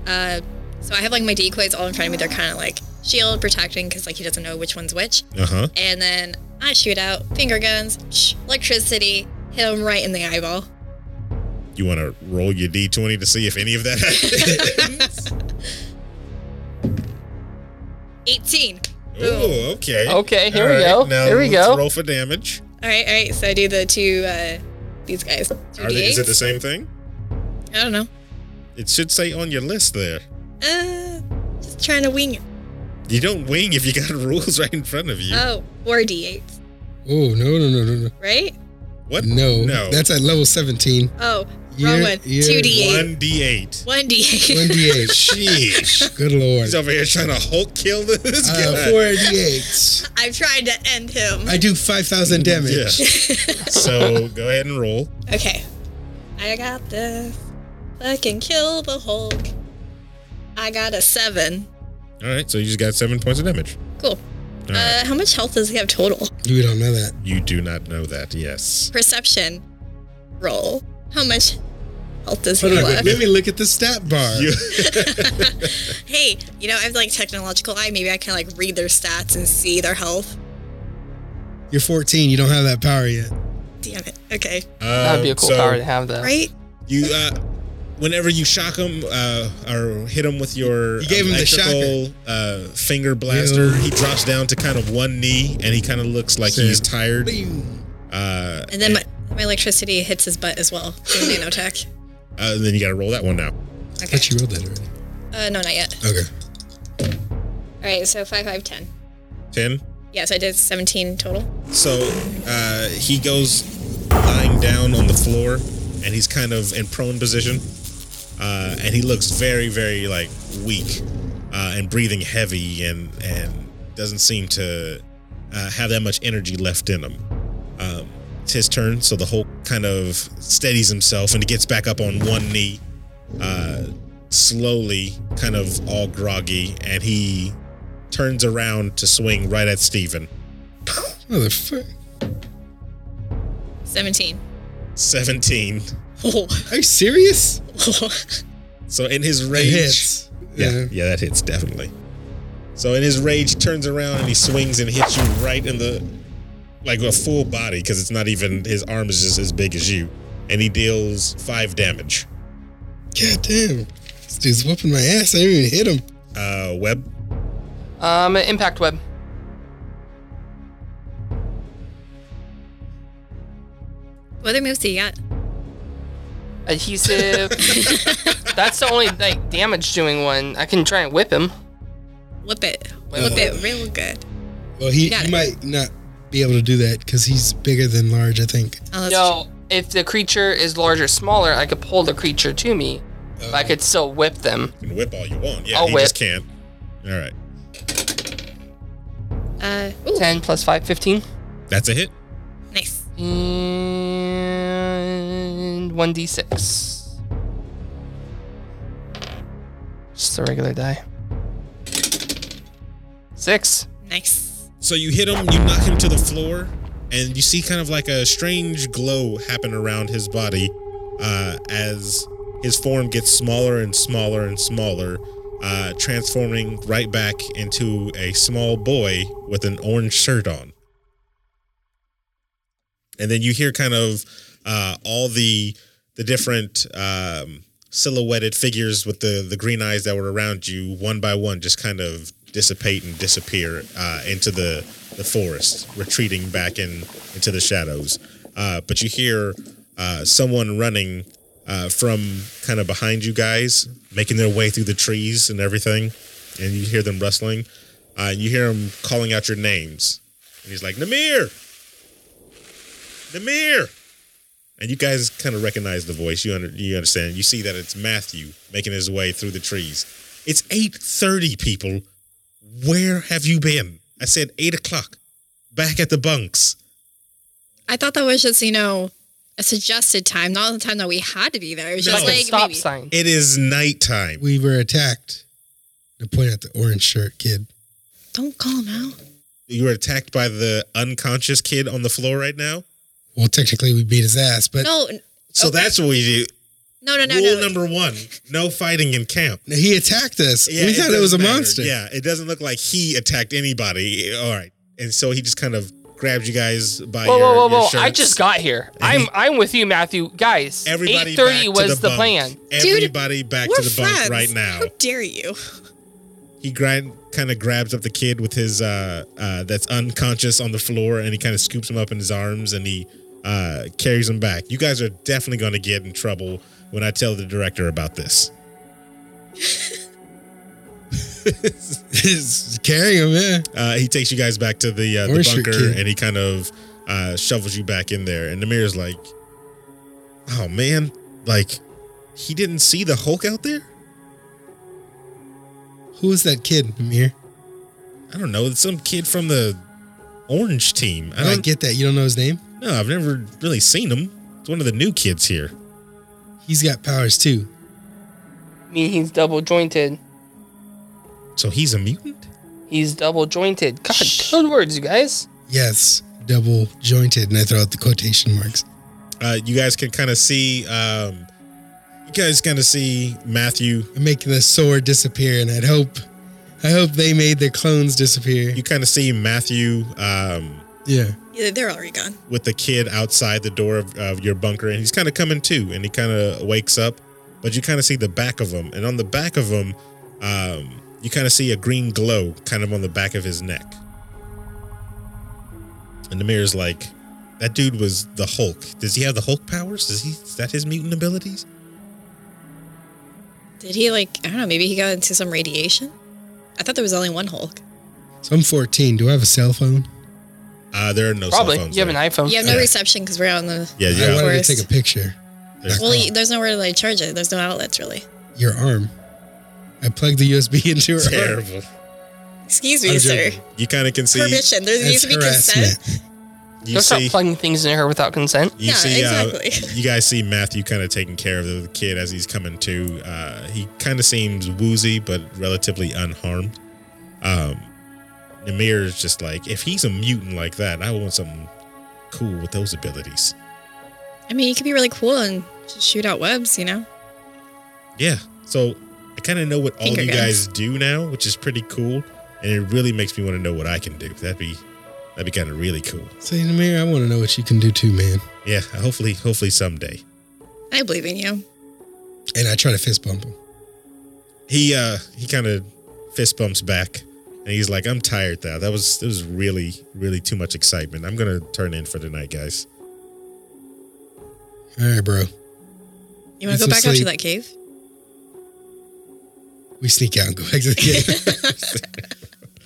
Speaker 3: Uh, so I have like my decoys all in front of me. They're kind of like shield protecting because like he doesn't know which one's which.
Speaker 2: Uh huh.
Speaker 3: And then I shoot out finger guns, shh, electricity, hit him right in the eyeball.
Speaker 2: You want to roll your d20 to see if any of that happens?
Speaker 3: 18.
Speaker 2: oh, okay.
Speaker 5: Okay, here we
Speaker 2: All
Speaker 5: go.
Speaker 2: now
Speaker 5: Here we
Speaker 2: let's
Speaker 5: go.
Speaker 2: Roll for damage.
Speaker 3: All right, all right. So I do the two uh, these guys. Two
Speaker 2: Are they, is it the
Speaker 3: D8s?
Speaker 2: same thing?
Speaker 3: I don't know.
Speaker 2: It should say on your list there.
Speaker 3: Uh, just trying to wing it.
Speaker 2: You don't wing if you got rules right in front of you.
Speaker 5: Uh,
Speaker 3: Oh, four D8s,
Speaker 4: Oh no no no no no
Speaker 3: right?
Speaker 2: what?
Speaker 4: no
Speaker 2: No.
Speaker 4: That's at level seventeen.
Speaker 3: Oh, wrong
Speaker 4: You're-
Speaker 3: one.
Speaker 4: you're-
Speaker 3: Two D8.
Speaker 2: one d8.
Speaker 3: One D8.
Speaker 4: One D eight.
Speaker 2: Sheesh.
Speaker 4: Good lord.
Speaker 2: He's over here trying to Hulk kill this
Speaker 4: Uh,
Speaker 2: guy.
Speaker 4: four D eight.
Speaker 3: I'm trying to end him.
Speaker 4: I do five thousand damage.
Speaker 2: Yeah. so go ahead and roll.
Speaker 3: Okay. I got this. Fucking kill the Hulk. I got a seven.
Speaker 2: All right, so you just got seven points of damage.
Speaker 3: Cool.
Speaker 2: All right.
Speaker 3: Uh, how much health does he have total?
Speaker 4: You don't know that.
Speaker 2: You do not know that. Yes.
Speaker 3: Perception roll. How much health does he
Speaker 4: Hold on,
Speaker 3: have
Speaker 4: wait,
Speaker 3: left?
Speaker 4: let me look at the stat bar.
Speaker 2: You,
Speaker 3: Hey, you know, I have like technological eye. Maybe I can like read their stats and see their health.
Speaker 4: You're 14. You don't have that power yet.
Speaker 3: Damn it. Okay.
Speaker 5: That would be a cool
Speaker 2: Uh, so
Speaker 5: power to have, though.
Speaker 3: Right?
Speaker 2: You, uh, whenever you shock him uh, or hit him with your um,
Speaker 4: You gave him the shocker.
Speaker 2: electrical, uh, finger blaster,
Speaker 4: Yeah.
Speaker 2: he drops down to kind of one knee and he kind of looks like
Speaker 4: Same.
Speaker 2: he's tired.
Speaker 4: Boom.
Speaker 2: Uh,
Speaker 3: And then my, my electricity hits his butt as well. through nanotech.
Speaker 2: uh, then you got to roll that one now.
Speaker 3: Okay.
Speaker 4: But you rolled that already.
Speaker 3: Uh, no, not yet.
Speaker 4: Okay.
Speaker 3: All right. So five, five, ten.
Speaker 2: Ten.
Speaker 3: Yeah. So I did 17 total.
Speaker 2: So uh, he goes lying down on the floor, and he's kind of in prone position, uh, and he looks very, very like weak uh, and breathing heavy, and and doesn't seem to uh, have that much energy left in him. Um, it's his turn, so the Hulk kind of steadies himself and he gets back up on one knee, uh, slowly, kind of all groggy, and he turns around to swing right at Steven.
Speaker 4: Motherfucker.
Speaker 3: 17.
Speaker 2: 17.
Speaker 3: Oh.
Speaker 4: Are you serious?
Speaker 2: So in his
Speaker 4: It
Speaker 2: rage,
Speaker 4: hits.
Speaker 2: yeah, yeah, that hits definitely. So in his rage, he turns around and he swings and hits you right in the, like a full body because it's not even his arm is just as big as you, and he deals five damage.
Speaker 4: God damn. This dude's whooping my ass. I didn't even hit him.
Speaker 2: Uh, web.
Speaker 5: Um, impact web.
Speaker 3: What other moves do you got?
Speaker 5: Adhesive. That's the only like damage doing one. I can try and whip him.
Speaker 3: Whip it.
Speaker 5: Whip
Speaker 3: Whip
Speaker 5: it.
Speaker 3: it real good.
Speaker 4: Well, he,
Speaker 3: Got it.
Speaker 4: he might not be able to do that because he's bigger than large, I think.
Speaker 3: Oh, that's
Speaker 5: No, if the creature is larger, smaller, I could pull the creature to me. but
Speaker 2: Oh.
Speaker 5: I could still whip them.
Speaker 2: You can whip all you want. Yeah,
Speaker 5: I'll
Speaker 2: he
Speaker 5: whip.
Speaker 2: just can't. All right,
Speaker 3: true. Uh, ooh,
Speaker 5: 10 plus 5, 15.
Speaker 2: that's a hit.
Speaker 3: nice.
Speaker 5: And 1d6. Just a regular die. Six.
Speaker 3: Nice.
Speaker 2: So you hit him, you knock him to the floor, and you see kind of like a strange glow happen around his body uh, as his form gets smaller and smaller and smaller, uh, transforming right back into a small boy with an orange shirt on. And then you hear kind of uh, all the the different um, silhouetted figures with the the green eyes that were around you one by one just kind of dissipate and disappear uh, into the the forest, retreating back in into the shadows. Uh, but you hear uh, someone running uh, from kind of behind you guys, making their way through the trees and everything, and you hear them rustling. Uh, and you hear him calling out your names, and he's like, "Namir, Namir." And you guys kind of recognize the voice. You under, you understand. You see that it's Matthew making his way through the trees. It's 8:30 people. Where have you been? I said eight o'clock. Back at the bunks.
Speaker 3: I thought that was just, you know, a suggested time, not the time that we had to be there. It was
Speaker 2: No.
Speaker 3: just
Speaker 5: Like a
Speaker 3: like
Speaker 5: stop
Speaker 3: maybe-
Speaker 5: sign.
Speaker 2: It is nighttime.
Speaker 4: We were attacked. I point at the orange shirt kid.
Speaker 3: Don't call him out.
Speaker 2: You were attacked by the unconscious kid on the floor right now.
Speaker 4: Well, technically we beat his ass, but
Speaker 3: No,
Speaker 2: So
Speaker 3: Okay.
Speaker 2: that's what we do.
Speaker 3: no, no, no,
Speaker 2: Rule
Speaker 3: no.
Speaker 2: number one: no fighting in camp.
Speaker 4: he attacked us. we thought it,
Speaker 2: doesn't
Speaker 4: was a
Speaker 2: matter.
Speaker 4: monster.
Speaker 2: Yeah, it doesn't look like he attacked anybody. All right, and so he just kind of grabbed you guys by
Speaker 5: Whoa,
Speaker 2: your,
Speaker 5: whoa,
Speaker 2: your
Speaker 5: whoa, whoa! I
Speaker 2: shirts.
Speaker 5: just got here. I'm I'm with you, Matthew. Guys,
Speaker 2: Everybody
Speaker 5: eight thirty
Speaker 2: back to
Speaker 5: was the,
Speaker 2: bunk.
Speaker 5: plan.
Speaker 2: Everybody back
Speaker 3: We're
Speaker 2: to the bunk
Speaker 3: friends.
Speaker 2: right now.
Speaker 3: How dare you?
Speaker 2: He grind kind of grabs up the kid with his uh, uh, that's unconscious on the floor, and he kind of scoops him up in his arms, and he uh, carries him back. You guys are definitely going to get in trouble when I tell the director about this.
Speaker 4: Carrying him, yeah.
Speaker 2: Uh, he takes you guys back to the, uh, the
Speaker 4: Where's your
Speaker 2: bunker
Speaker 4: kid?
Speaker 2: and he kind of uh, shovels you back in there. And Namir's like, oh man, like he didn't see the Hulk out there?
Speaker 4: Who is that kid, Amir?
Speaker 2: I don't know. It's some kid from the orange team. I
Speaker 4: I,
Speaker 2: don't
Speaker 4: get that. You don't know his name?
Speaker 2: No, I've never really seen him. It's one of the new kids here.
Speaker 4: He's got powers too.
Speaker 5: I mean, he's double jointed.
Speaker 2: So he's a mutant?
Speaker 5: He's double jointed. God, code words, you guys.
Speaker 4: Yes, double jointed. And I throw out the quotation marks.
Speaker 2: Uh, you guys can kind of see um, you guys kind of see Matthew.
Speaker 4: I make the sword disappear, and I'd hope, I hope they made their clones disappear.
Speaker 2: You kind of see Matthew um,
Speaker 4: Yeah.
Speaker 3: Yeah, they're already gone.
Speaker 2: with the kid outside the door of, of your bunker, and he's kind of coming to, and he kind of wakes up, but you kind of see the back of him, and on the back of him, um, you kind of see a green glow, kind of on the back of his neck. And the mirror's like, "That dude was the Hulk. Does he have the Hulk powers? Is he? Is that his mutant abilities?
Speaker 3: Did he like? I don't know. Maybe he got into some radiation. I thought there was only one Hulk.
Speaker 4: So I'm 14. Do I have a cell phone?
Speaker 2: Uh, there are no
Speaker 5: Probably.
Speaker 2: cell phones.
Speaker 5: You have
Speaker 2: there.
Speaker 5: an iPhone.
Speaker 3: You have no
Speaker 2: Yeah.
Speaker 3: reception because we're out in the.
Speaker 2: Yeah,
Speaker 4: I
Speaker 2: yeah.
Speaker 4: wanted
Speaker 3: Forest.
Speaker 4: to take a picture.
Speaker 3: Well, you, there's nowhere to like charge it. There's no outlets really.
Speaker 4: Your arm. I plugged the USB into her arm.
Speaker 2: Terrible.
Speaker 3: Excuse
Speaker 4: I'm
Speaker 3: me, sir.
Speaker 4: joking.
Speaker 2: You kind of can see.
Speaker 3: Permission. There needs
Speaker 4: That's
Speaker 3: to be consent.
Speaker 4: harassment.
Speaker 2: You
Speaker 5: Don't start
Speaker 2: see.
Speaker 5: plugging things in her without consent.
Speaker 2: You
Speaker 3: Yeah,
Speaker 2: see, uh,
Speaker 3: exactly.
Speaker 2: you guys see Matthew kind of taking care of the kid as he's coming to. Uh, he kind of seems woozy, but relatively unharmed. Um, Namir is just like, if he's a mutant like that, I want something cool with those abilities.
Speaker 3: I mean, you could be really cool and just shoot out webs. You know.
Speaker 2: Yeah. So I kind of know what all
Speaker 3: Finger
Speaker 2: you guys
Speaker 3: guns.
Speaker 2: do now, which is pretty cool, and it really makes me want to know what I can do. That'd be that'd be kind of really cool.
Speaker 4: Say, Namir, I want to know what you can do too, man.
Speaker 2: Yeah. Hopefully, hopefully someday.
Speaker 3: I believe in you.
Speaker 4: And I try to fist bump him.
Speaker 2: he uh he kind of fist bumps back and he's like i'm tired now that was it was really really too much excitement i'm gonna turn in for tonight guys
Speaker 4: All right, bro.
Speaker 3: You want
Speaker 4: It's
Speaker 3: to go back out to
Speaker 4: asleep.
Speaker 3: that cave?
Speaker 4: We sneak out and go back to the game.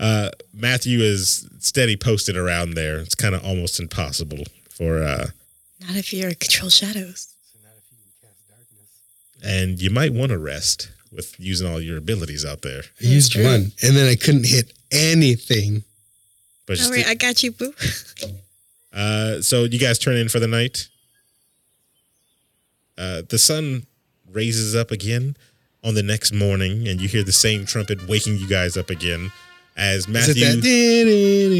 Speaker 2: uh matthew is steady posted around there it's kind of almost impossible for uh
Speaker 3: Not if you're control shadows.
Speaker 2: and you might want to rest with using all your abilities out there
Speaker 4: I used one, and then I couldn't hit anything.
Speaker 2: but
Speaker 3: All
Speaker 2: just
Speaker 3: right, I got you, boo.
Speaker 2: Uh, so you guys turn in for the night. Uh, the sun raises up again on the next morning, and you hear the same trumpet waking you guys up again as
Speaker 4: Is it
Speaker 2: Matthew.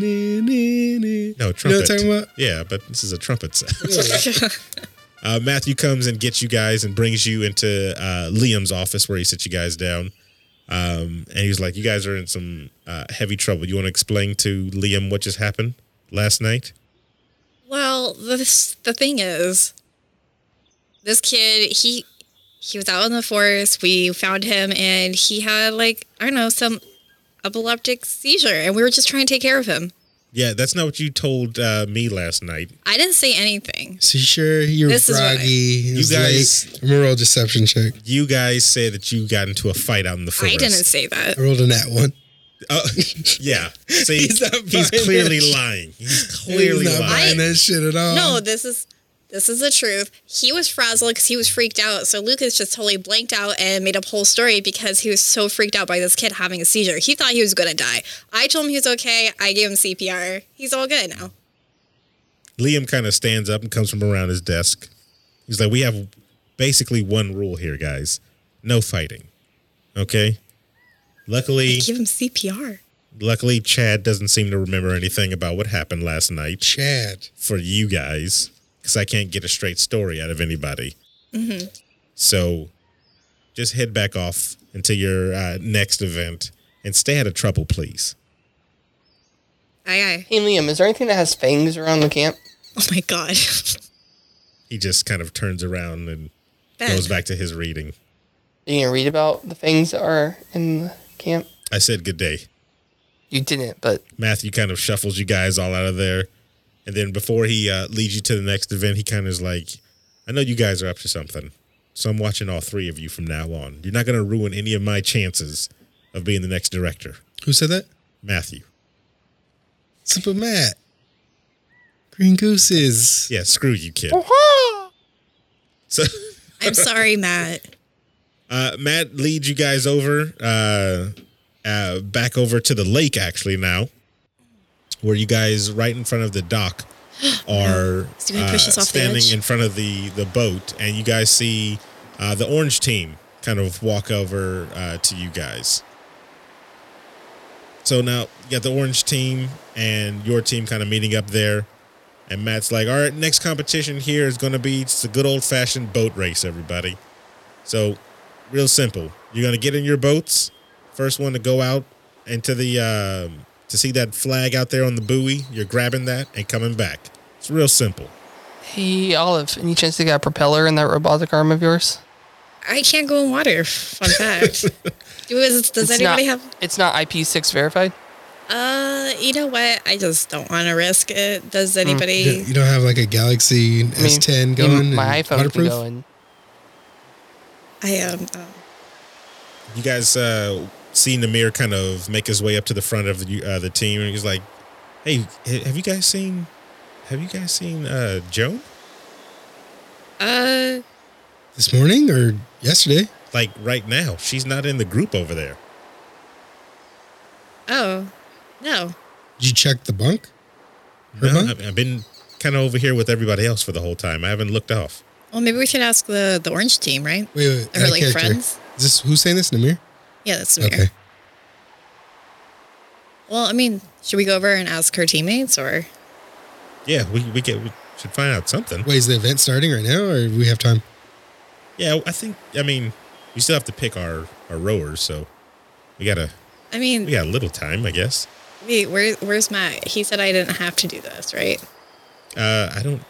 Speaker 4: that?
Speaker 2: No
Speaker 4: You know
Speaker 2: trumpet.
Speaker 4: what I'm talking about?
Speaker 2: Yeah, but this is a trumpet sound. Uh, Matthew comes and gets you guys and brings you into uh, Liam's office where he sits you guys down. Um, and he's like, "You guys are in some uh, heavy trouble. You want to explain to Liam what just happened last night?"
Speaker 3: Well, this the thing is, this kid he he was out in the forest. We found him, and he had like I don't know some epileptic seizure, and we were just trying to take care of him.
Speaker 2: Yeah, that's not what you told uh, me last night.
Speaker 3: I didn't say anything.
Speaker 4: So you sure you're
Speaker 3: This is what I-
Speaker 4: groggy? You
Speaker 2: guys-
Speaker 4: Late. I'm gonna roll a deception check.
Speaker 2: You guys say that you got into a fight out in the forest.
Speaker 3: I didn't say that.
Speaker 4: I rolled a nat one.
Speaker 2: Oh, yeah. See,
Speaker 4: He's
Speaker 2: he's,
Speaker 4: not buying
Speaker 2: clearly
Speaker 4: it.
Speaker 2: lying. He's clearly
Speaker 4: He's not
Speaker 2: lying. Mm-hmm.
Speaker 4: buying that shit at all.
Speaker 3: No, this is This is the truth. He was frazzled because he was freaked out. So Lucas just totally blanked out and made up a whole story because he was so freaked out by this kid having a seizure. He thought he was going to die. I told him he was okay. I gave him CPR. He's all good now.
Speaker 2: Liam kind of stands up and comes from around his desk. He's like, "We have basically one rule here, guys: no fighting. Okay." Luckily,
Speaker 3: Give him CPR.
Speaker 2: luckily, Chad doesn't seem to remember anything about what happened last night.
Speaker 4: Chad.
Speaker 2: for you guys because I can't get a straight story out of anybody. So just head back off until your uh, next event and stay out of trouble, please.
Speaker 3: Aye, aye.
Speaker 5: Hey Liam, is there anything that has fangs around the camp?
Speaker 3: Oh my God.
Speaker 2: He just kind of turns around and
Speaker 3: Ben.
Speaker 2: goes back to his reading.
Speaker 5: Are you gonna read about the fangs that are in the camp?
Speaker 2: I said good day.
Speaker 5: You didn't, but
Speaker 2: Matthew kind of shuffles you guys all out of there. And then before he uh, leads you to the next event, he kind of is like, I know you guys are up to something. So I'm watching all three of you from now on. You're not going to ruin any of my chances of being the next director.
Speaker 4: Who said that?
Speaker 2: Matthew.
Speaker 4: Simple Matt. Green Gooses.
Speaker 2: Yeah, screw you, kid. so,
Speaker 3: I'm sorry, Matt.
Speaker 2: uh, Matt leads you guys over, uh, uh, back over to the lake actually now, where you guys right in front of the dock are
Speaker 3: He's gonna push
Speaker 2: uh,
Speaker 3: us off the
Speaker 2: standing
Speaker 3: edge.
Speaker 2: in front of the the boat, and you guys see uh, the orange team kind of walk over uh, to you guys. So now you got the orange team and your team kind of meeting up there. And Matt's like, all right, next competition here is going to be just a good old fashioned boat race, everybody. So, real simple. You're going to get in your boats. First one to go out into the, um, to see that flag out there on the buoy, you're grabbing that and coming back. It's real simple.
Speaker 5: hey Olive, any chance they got a propeller in that robotic arm of yours?
Speaker 3: I can't go in water. Fun fact. Do- is- does
Speaker 5: It's
Speaker 3: anybody
Speaker 5: not,
Speaker 3: have?
Speaker 5: It's not IP6 verified.
Speaker 3: Uh, you know what? I just don't want to risk it. Does
Speaker 2: Mm.
Speaker 3: anybody?
Speaker 4: You you don't have like a Galaxy
Speaker 5: I mean,
Speaker 4: S10
Speaker 5: even
Speaker 4: going?
Speaker 5: My
Speaker 4: and
Speaker 5: iPhone can
Speaker 4: waterproof?
Speaker 5: go in.
Speaker 3: I am. Um,
Speaker 2: You guys uh, see Namir kind of make his way up to the front of the, uh, the team, and he's like, "Hey, ha- have you guys seen? Have you guys seen uh, Joan?
Speaker 3: uh,
Speaker 4: This morning or yesterday?
Speaker 2: Like right now, she's not in the group over there.
Speaker 3: oh, no.
Speaker 4: Did you check the bunk?
Speaker 2: No,
Speaker 4: Uh-huh.
Speaker 2: I've, I've been kind of over here with everybody else for the whole time. I haven't looked off.
Speaker 3: Well, maybe we should ask the the orange team, right?
Speaker 4: Wait,
Speaker 3: Are
Speaker 4: wait. out
Speaker 3: we
Speaker 4: of
Speaker 3: like
Speaker 4: character.
Speaker 3: friends?
Speaker 4: Is this who's saying this? Namir?
Speaker 3: Yeah, that's weird.
Speaker 4: Okay.
Speaker 3: Well, I mean, should we go over and ask her teammates or?
Speaker 2: Yeah, we we get we should find out something.
Speaker 4: Wait, is the event starting right now or we have time?
Speaker 2: Yeah, I think. I mean, we still have to pick our our rowers, so we got a
Speaker 3: I mean,
Speaker 2: we got a little time, I guess.
Speaker 3: wait, where, where's Matt? He said I didn't have to do this, right?
Speaker 2: Uh, I don't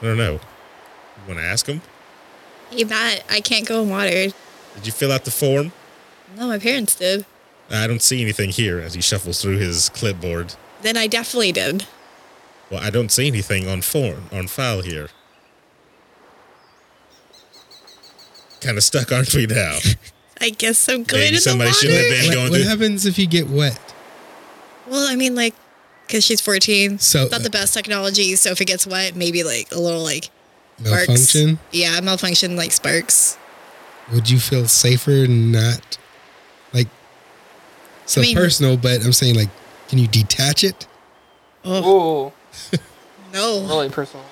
Speaker 2: I don't know. Want to ask him?
Speaker 3: Hey, Matt, I can't go in water.
Speaker 2: Did you fill out the form?
Speaker 3: No, my parents did.
Speaker 2: I don't see anything here as he shuffles through his clipboard.
Speaker 3: Then I definitely did.
Speaker 2: Well, I don't see anything on form on file here. Kind of stuck, aren't we now?
Speaker 3: I guess I'm going
Speaker 2: Maybe
Speaker 3: in the
Speaker 2: somebody should have
Speaker 3: water.
Speaker 2: been going
Speaker 4: What, what
Speaker 2: through.
Speaker 4: happens if you get wet?
Speaker 3: Well, I mean, like, because she's 14.
Speaker 4: So- uh,
Speaker 3: not the best technology. So if it gets wet, maybe like a little like sparks.
Speaker 4: Malfunction?
Speaker 3: Yeah, malfunction like sparks.
Speaker 4: Would you feel safer not like so
Speaker 3: I mean-
Speaker 4: personal, but I'm saying like can you detach it?
Speaker 3: Oh
Speaker 5: Whoa,
Speaker 3: no! Nah,
Speaker 5: really personal.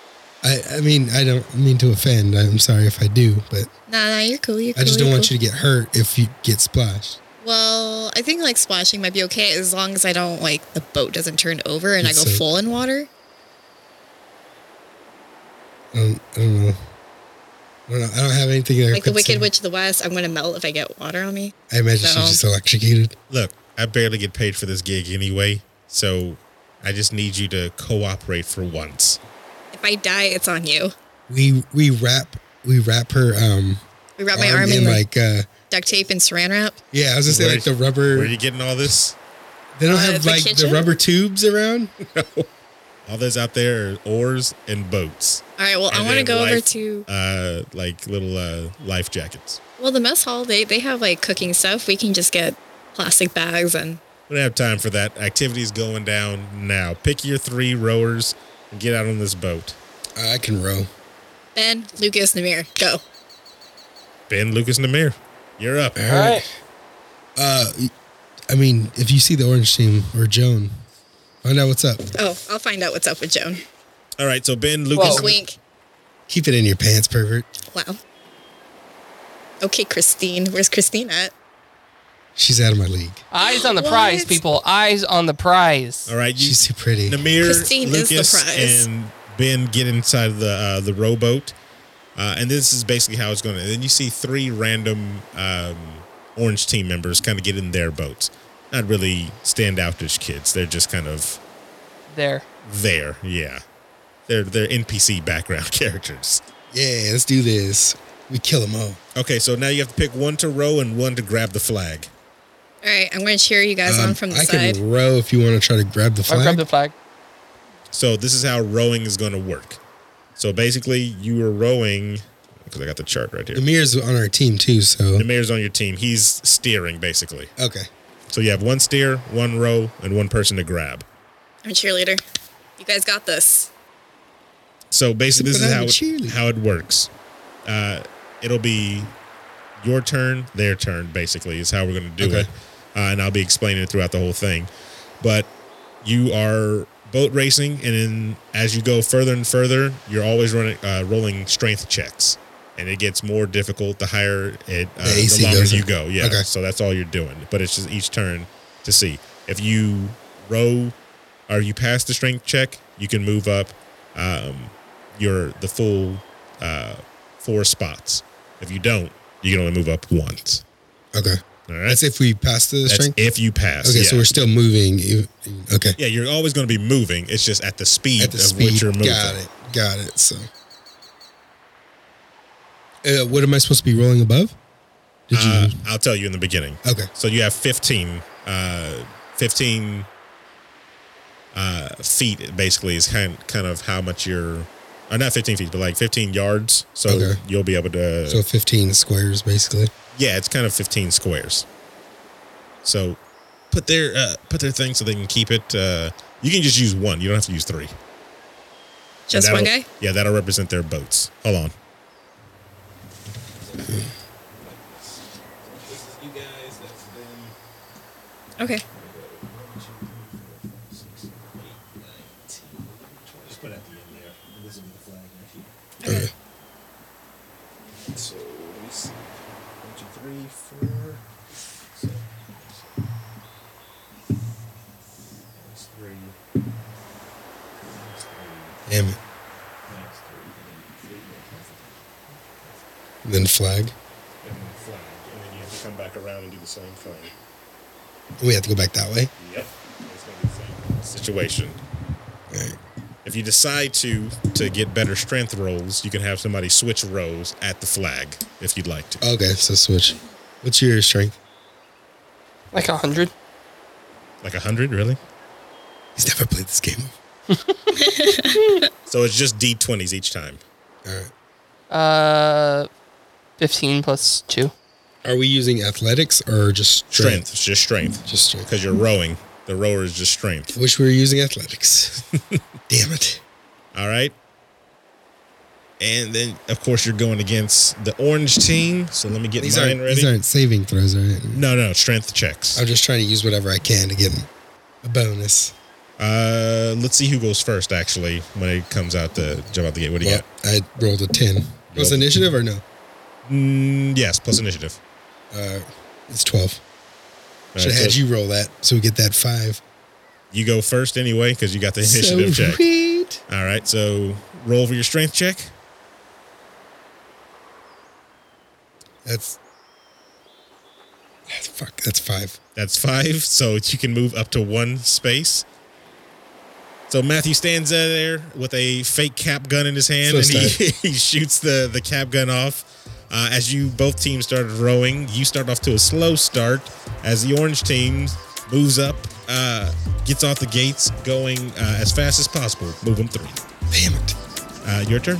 Speaker 4: I, I mean I don't mean to offend. I'm sorry if I do, but
Speaker 3: nah, you're cool. You're cool.
Speaker 4: I just don't want you to get hurt if you get splashed.
Speaker 3: Well, I think like splashing might be okay as long as I don't like the boat doesn't turn over and I
Speaker 4: It's
Speaker 3: go
Speaker 4: safe.
Speaker 3: full in water.
Speaker 4: I don't, I don't know. I don't know. I don't have anything that I
Speaker 3: Like the
Speaker 4: could say.
Speaker 3: Wicked Witch of the West, I'm gonna melt if I get water on me.
Speaker 4: I imagine she's
Speaker 3: No.
Speaker 4: just electrocuted.
Speaker 2: Look, I barely get paid for this gig anyway, so I just need you to cooperate for once.
Speaker 3: If I die, it's on you.
Speaker 4: We we wrap we wrap her um
Speaker 3: We wrap my arm
Speaker 4: in
Speaker 3: in like
Speaker 4: like uh
Speaker 3: duct tape and saran wrap.
Speaker 4: yeah, I was gonna say
Speaker 2: Where-
Speaker 4: like the
Speaker 2: Where
Speaker 4: rubber
Speaker 2: are you getting all this?
Speaker 4: they don't
Speaker 3: Uh,
Speaker 4: have
Speaker 3: the
Speaker 4: like the
Speaker 3: kitchen?
Speaker 4: rubber tubes around.
Speaker 2: All those out there are oars and boats,
Speaker 3: All right. Well,
Speaker 2: And
Speaker 3: I want
Speaker 2: they
Speaker 3: to go
Speaker 2: have
Speaker 3: over
Speaker 2: life-
Speaker 3: to.
Speaker 2: uh, like little uh, life jackets.
Speaker 3: Well, the mess hall they they have like cooking stuff. We can just get plastic bags and
Speaker 2: We don't have time for that. Activity's going down now. Pick your three rowers and get out on this boat.
Speaker 4: I can row.
Speaker 3: Ben, Lucas, Namir, go.
Speaker 2: Ben, Lucas, Namir, you're up.
Speaker 4: All right. Uh, I mean, if you see the orange team or Joan, find out what's up.
Speaker 3: Oh, I'll find out what's up with Joan.
Speaker 2: All right, so Ben, Lucas,
Speaker 5: Whoa.
Speaker 3: Wink.
Speaker 4: Keep it in your pants, pervert.
Speaker 3: Wow. Okay, Christine. Where's Christine at?
Speaker 4: She's out of my league.
Speaker 5: Eyes on the
Speaker 3: What?
Speaker 5: prize, people. Eyes on the prize.
Speaker 2: All right, you,
Speaker 4: She's too pretty.
Speaker 2: Namir,
Speaker 3: Christine is the
Speaker 2: Lucas,
Speaker 3: prize.
Speaker 2: and Ben get inside the uh, the rowboat, uh, and this is basically how it's going to. Then you see three random um, orange team members kind of get in their boats. Not really standoutish kids. They're just kind of
Speaker 5: There.
Speaker 2: there. Yeah, they're they're NPC background characters.
Speaker 4: Yeah, let's do this. We kill them all.
Speaker 2: Okay, so now you have to pick one to row and one to grab the flag.
Speaker 3: All right, I'm going to cheer you guys
Speaker 4: Um,
Speaker 3: on from the
Speaker 4: I
Speaker 3: side.
Speaker 4: can row if you want to try to grab the
Speaker 5: I'll
Speaker 4: flag.
Speaker 5: grab the flag.
Speaker 2: So this is how rowing is going to work. So basically, you are rowing because I got the chart right here.
Speaker 4: Namir's on our team too, so
Speaker 2: The mayor's on your team. He's steering basically.
Speaker 4: okay.
Speaker 2: So you have one steer, one row, and one person to grab.
Speaker 3: I'm a cheerleader. You guys got this.
Speaker 2: So basically, this
Speaker 4: But
Speaker 2: is
Speaker 4: I'm
Speaker 2: how
Speaker 4: a
Speaker 2: it,
Speaker 4: cheerleader.
Speaker 2: how it works. Uh, it'll be your turn, their turn. Basically, is how we're going to do
Speaker 4: Okay.
Speaker 2: it, uh, and I'll be explaining it throughout the whole thing. But you are boat racing, and then as you go further and further, you're always running uh, rolling strength checks, and it gets more difficult the higher it, uh,
Speaker 4: The
Speaker 2: the,
Speaker 4: AC
Speaker 2: longer
Speaker 4: goes
Speaker 2: you
Speaker 4: up.
Speaker 2: go. Yeah.
Speaker 4: Okay.
Speaker 2: So that's all you're doing, but it's just each turn to see if you row or you pass the strength check, you can move up um, your the full uh, four spots. If you don't, you can only move up once.
Speaker 4: Okay.
Speaker 2: All right.
Speaker 4: That's if we pass the
Speaker 2: That's
Speaker 4: strength.
Speaker 2: if you pass.
Speaker 4: Okay,
Speaker 2: yeah.
Speaker 4: so we're still moving. e- e- Okay.
Speaker 2: yeah, you're always going to be moving. It's just at the speed
Speaker 4: At the
Speaker 2: of
Speaker 4: speed.
Speaker 2: which you're moving.
Speaker 4: Got it. Got it. So, uh, what am I supposed to be rolling above? Did you?
Speaker 2: Uh, I'll tell you in the beginning.
Speaker 4: okay.
Speaker 2: So you have 15, uh, 15 uh, feet basically is kind kind of how much you're, or not 15 feet, but like 15 yards. So
Speaker 4: Okay.
Speaker 2: you'll be able to.
Speaker 4: So 15 squares, basically.
Speaker 2: Yeah, it's kind of 15 squares. So put their uh, put their thing so they can keep it. Uh, you can just use one. You don't have to use three. And
Speaker 3: Just one
Speaker 2: that'll-
Speaker 3: guy?
Speaker 2: Yeah, that'll represent their boats. Hold on.
Speaker 3: Okay.
Speaker 4: Okay. Damn it. Then flag.
Speaker 2: Come back around and do the same thing.
Speaker 4: We have to go back that way.
Speaker 2: Yep. It's gonna be the same situation.
Speaker 4: All right.
Speaker 2: If you decide to to get better strength rolls, you can have somebody switch rows at the flag if you'd like to.
Speaker 4: Okay, so switch. What's your strength?
Speaker 5: Like a hundred.
Speaker 2: Like a hundred, really?
Speaker 4: He's never played this game.
Speaker 2: So it's just D twenties each time.
Speaker 4: All right.
Speaker 5: Uh, fifteen plus two.
Speaker 4: Are we using athletics or just
Speaker 2: Strength.
Speaker 4: strength?
Speaker 2: It's just strength.
Speaker 4: Just strength.
Speaker 2: Because you're rowing. The rower is just strength.
Speaker 4: Wish we were using athletics. Damn it.
Speaker 2: All right. And then of course you're going against the orange team. So let me get
Speaker 4: These
Speaker 2: mine
Speaker 4: aren't,
Speaker 2: ready.
Speaker 4: these aren't saving throws, right?
Speaker 2: no, no, strength checks.
Speaker 4: I'm just trying to use whatever I can to get a bonus.
Speaker 2: Uh let's see who goes first actually when it comes out the jump out the gate. What do you
Speaker 4: Well, I rolled a 10. Was initiative or no?
Speaker 2: got? Mm, yes, plus initiative.
Speaker 4: Uh, it's 12.
Speaker 2: All
Speaker 4: Should
Speaker 2: right,
Speaker 4: have had
Speaker 2: so
Speaker 4: you roll that so we get that five.
Speaker 2: you go first anyway, because you got the initiative
Speaker 4: so
Speaker 2: check.
Speaker 4: sweet.
Speaker 2: All right, so roll for your strength check.
Speaker 4: That's, that's fuck. That's five.
Speaker 2: That's five, so you can move up to one space. So Matthew stands out there with a fake cap gun in his hand,
Speaker 4: So
Speaker 2: and he, he shoots the the cap gun off. Uh, as you both teams started rowing, you start off to a slow start as the orange team moves up, uh, gets off the gates, going uh, as fast as possible. Move them three.
Speaker 4: Damn it.
Speaker 2: Uh, your turn.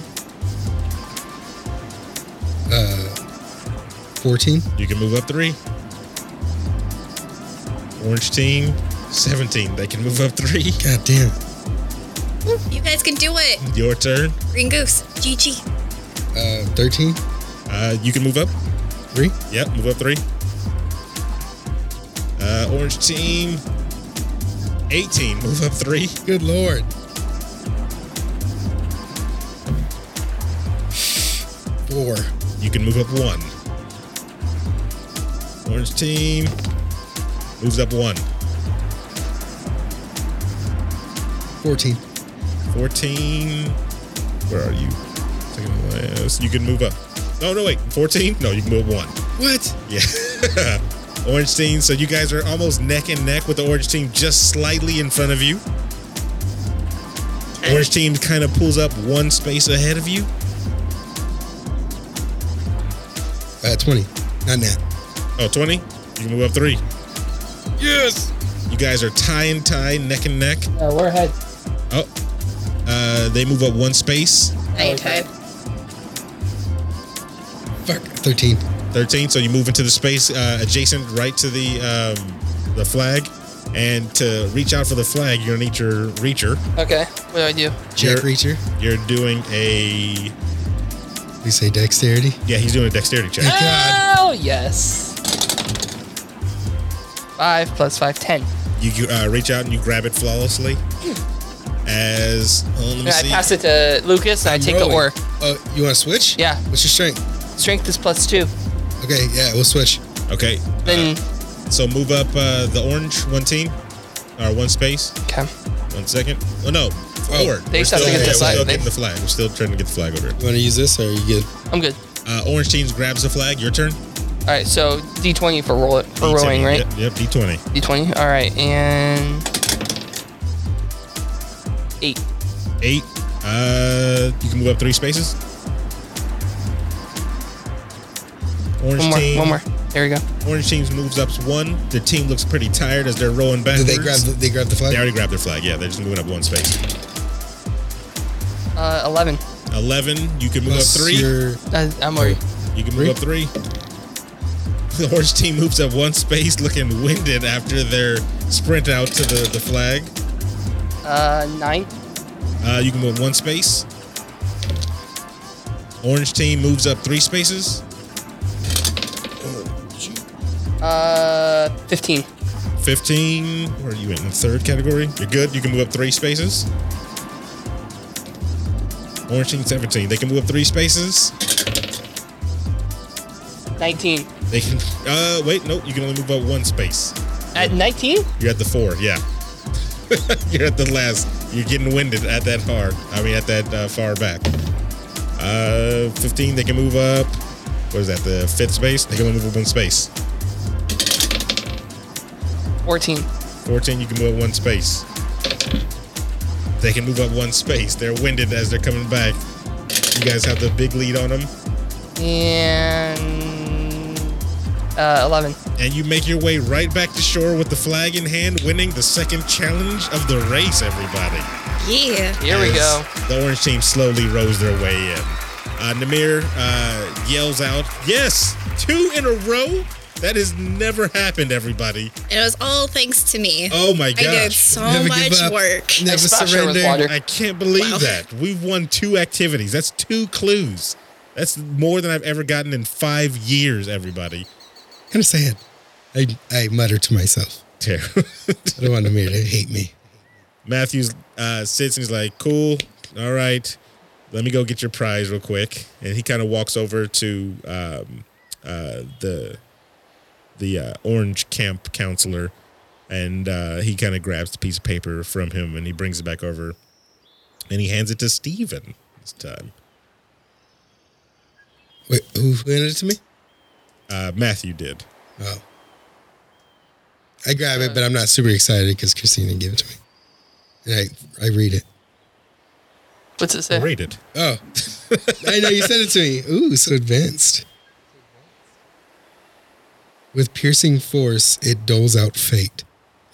Speaker 4: 14.
Speaker 2: You can move up three. Orange team, seventeen. They can move up three.
Speaker 4: God damn.
Speaker 3: You guys can do it.
Speaker 2: Your turn.
Speaker 3: Green Goose. GG.
Speaker 4: Uh, 13,
Speaker 2: Uh, you can move up.
Speaker 4: 3.
Speaker 2: Yep, move up three. Uh, orange team, 18. Move up three.
Speaker 4: Good lord. Four.
Speaker 2: You can move up one. Orange team moves up one.
Speaker 4: 14.
Speaker 2: 14. Where are you? Second to last. You can move up. No, no, wait. 14? No, you can move up one.
Speaker 4: What?
Speaker 2: Yeah. orange team. So you guys are almost neck and neck with the orange team, just slightly in front of you. Orange team kind of pulls up one space ahead of you.
Speaker 4: Uh, 20. Not net.
Speaker 2: Oh, 20? You can move up three.
Speaker 4: Yes.
Speaker 2: You guys are tie and tie, neck and neck.
Speaker 8: Yeah, we're ahead.
Speaker 2: Oh, uh, they move up one space.
Speaker 3: I ain't tied.
Speaker 4: Fuck. 13.
Speaker 2: 13 so you move into the space uh, adjacent right to the um, the flag and to reach out for the flag you're gonna need your reacher
Speaker 5: Okay. What do I do?
Speaker 2: You're-
Speaker 4: Jack Reacher.
Speaker 2: you're doing a
Speaker 4: You say dexterity.
Speaker 2: yeah he's doing a dexterity check
Speaker 4: God.
Speaker 5: Oh yes. Five plus five, ten.
Speaker 2: you, you uh, reach out and you grab it flawlessly as oh, let me
Speaker 5: And I
Speaker 2: see
Speaker 5: pass it to Lucas, and i take the
Speaker 4: Rolling.
Speaker 5: ore.
Speaker 4: Oh, you want to switch?
Speaker 5: Yeah.
Speaker 4: What's your strength?
Speaker 5: Strength is plus two.
Speaker 4: Okay, yeah, we'll switch.
Speaker 2: okay
Speaker 5: Then
Speaker 2: so move up uh, the orange one team or one space
Speaker 5: okay.
Speaker 2: one second oh no forward
Speaker 5: They
Speaker 2: We're
Speaker 5: just have
Speaker 2: still-
Speaker 5: to get the
Speaker 2: yeah, we're
Speaker 5: flag.
Speaker 2: still
Speaker 5: They-
Speaker 2: getting the flag we're still trying to get the flag over here.
Speaker 4: You want to use this or you good?
Speaker 5: I'm good.
Speaker 2: uh, orange team grabs the flag your turn
Speaker 5: All right. So D20 for roll it for
Speaker 2: D10.
Speaker 5: rolling, right?
Speaker 2: yep, yep d20
Speaker 5: D20. All right, and eight.
Speaker 2: eight. Uh, you can move up three spaces. Orange
Speaker 5: One more.
Speaker 2: team.
Speaker 5: One more. There we go.
Speaker 2: Orange team moves up one. The team looks pretty tired as they're rolling back.
Speaker 4: Did they grab the, they grab the flag?
Speaker 2: They already grabbed their flag. Yeah, they're just moving up one space.
Speaker 5: Uh, eleven.
Speaker 2: Eleven. You can move
Speaker 4: Plus
Speaker 2: up three.
Speaker 4: your-
Speaker 5: Uh, I'm already.
Speaker 2: you can move up three. The orange team moves up one space, looking winded after their sprint out to the, the flag.
Speaker 5: Uh, nine.
Speaker 2: Uh, you can move one space. Orange team moves up three spaces.
Speaker 5: Uh, fifteen.
Speaker 2: 15. Where are you in? The third category? You're good. You can move up three spaces. Orange team 17. They can move up three spaces.
Speaker 5: Nineteen.
Speaker 2: They can. Uh, wait. Nope. You can only move up one space.
Speaker 5: At nineteen?
Speaker 2: You're at the four. Yeah. you're at the last. You're getting winded at that hard. I mean, at that uh, far back. Uh, 15. They can move up. What is that? The fifth space? They can only move up one space.
Speaker 5: Fourteen.
Speaker 2: 14, you can move up one space. They can move up one space. They're winded as they're coming back. You guys have the big lead on them.
Speaker 5: And uh, eleven.
Speaker 2: And you make your way right back to shore with the flag in hand, winning the second challenge of the race, everybody.
Speaker 3: Yeah.
Speaker 5: Here we
Speaker 2: as
Speaker 5: go.
Speaker 2: The orange team slowly rows their way in. Uh, Namir uh, yells out, Yes, two in a row? That has never happened, everybody.
Speaker 3: And it was all thanks to me.
Speaker 2: Oh my
Speaker 3: I did
Speaker 2: gosh.
Speaker 3: so
Speaker 4: Never give
Speaker 3: much
Speaker 4: up.
Speaker 3: work.
Speaker 5: I
Speaker 4: Never
Speaker 5: spot share with
Speaker 4: surrender.
Speaker 5: water.
Speaker 2: I can't believe
Speaker 3: Wow.
Speaker 2: that. We've won two activities. That's two clues. That's more than I've ever gotten in five years, everybody.
Speaker 4: Kind of sad. I, I mutter to myself.
Speaker 2: Ter-
Speaker 4: I don't want to mirror. They hate me.
Speaker 2: Matthews uh, sits and he's like, cool. All right. Let me go get your prize real quick. And he kind of walks over to um, uh, the the uh, orange camp counselor and uh, he kind of grabs the piece of paper from him and he brings it back over and he hands it to Steven this time.
Speaker 4: Wait, who handed it to me?
Speaker 2: Uh, Matthew did.
Speaker 4: Oh. I grab it, but I'm not super excited because Christina gave it to me. And I, I read it.
Speaker 5: What's it say?
Speaker 2: Read it.
Speaker 4: Oh. I know you sent it to me. Ooh, so advanced. With piercing force, it doles out fate.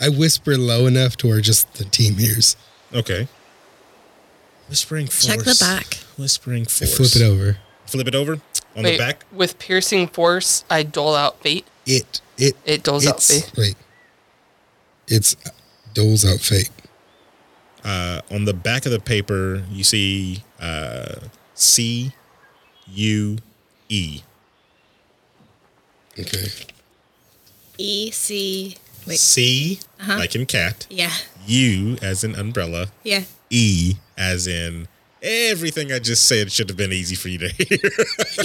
Speaker 4: I whisper low enough to where just the team hears.
Speaker 2: Okay. Whispering force.
Speaker 3: Check the back.
Speaker 2: Whispering
Speaker 4: I
Speaker 2: force.
Speaker 4: flip it over.
Speaker 2: Flip it over on the
Speaker 5: Wait,
Speaker 2: back.
Speaker 5: with piercing force, I dole out fate.
Speaker 4: It it
Speaker 5: It doles out
Speaker 4: it's-
Speaker 5: fate.
Speaker 4: Wait. It's doles out fate.
Speaker 2: Uh, on the back of the paper, you see uh, C U E.
Speaker 4: Okay.
Speaker 3: E C. Wait.
Speaker 2: C
Speaker 3: Uh-huh.
Speaker 2: like in cat.
Speaker 3: Yeah.
Speaker 2: U as in umbrella.
Speaker 3: Yeah.
Speaker 2: E as in everything I just said should have been easy for you to hear.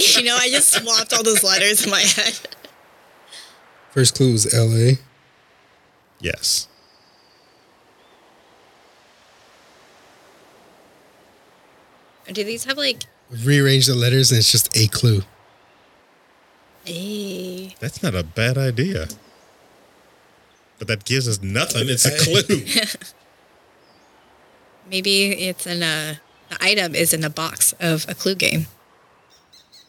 Speaker 3: you know, I just swapped all those letters in my head.
Speaker 4: First clue was L.A.
Speaker 2: yes.
Speaker 3: Do these have like
Speaker 4: Rearrange the letters and it's just a clue.
Speaker 3: A?
Speaker 2: That's not a bad idea. But that gives us nothing. It's a clue.
Speaker 3: Maybe it's in a. The item is in a box of a clue game.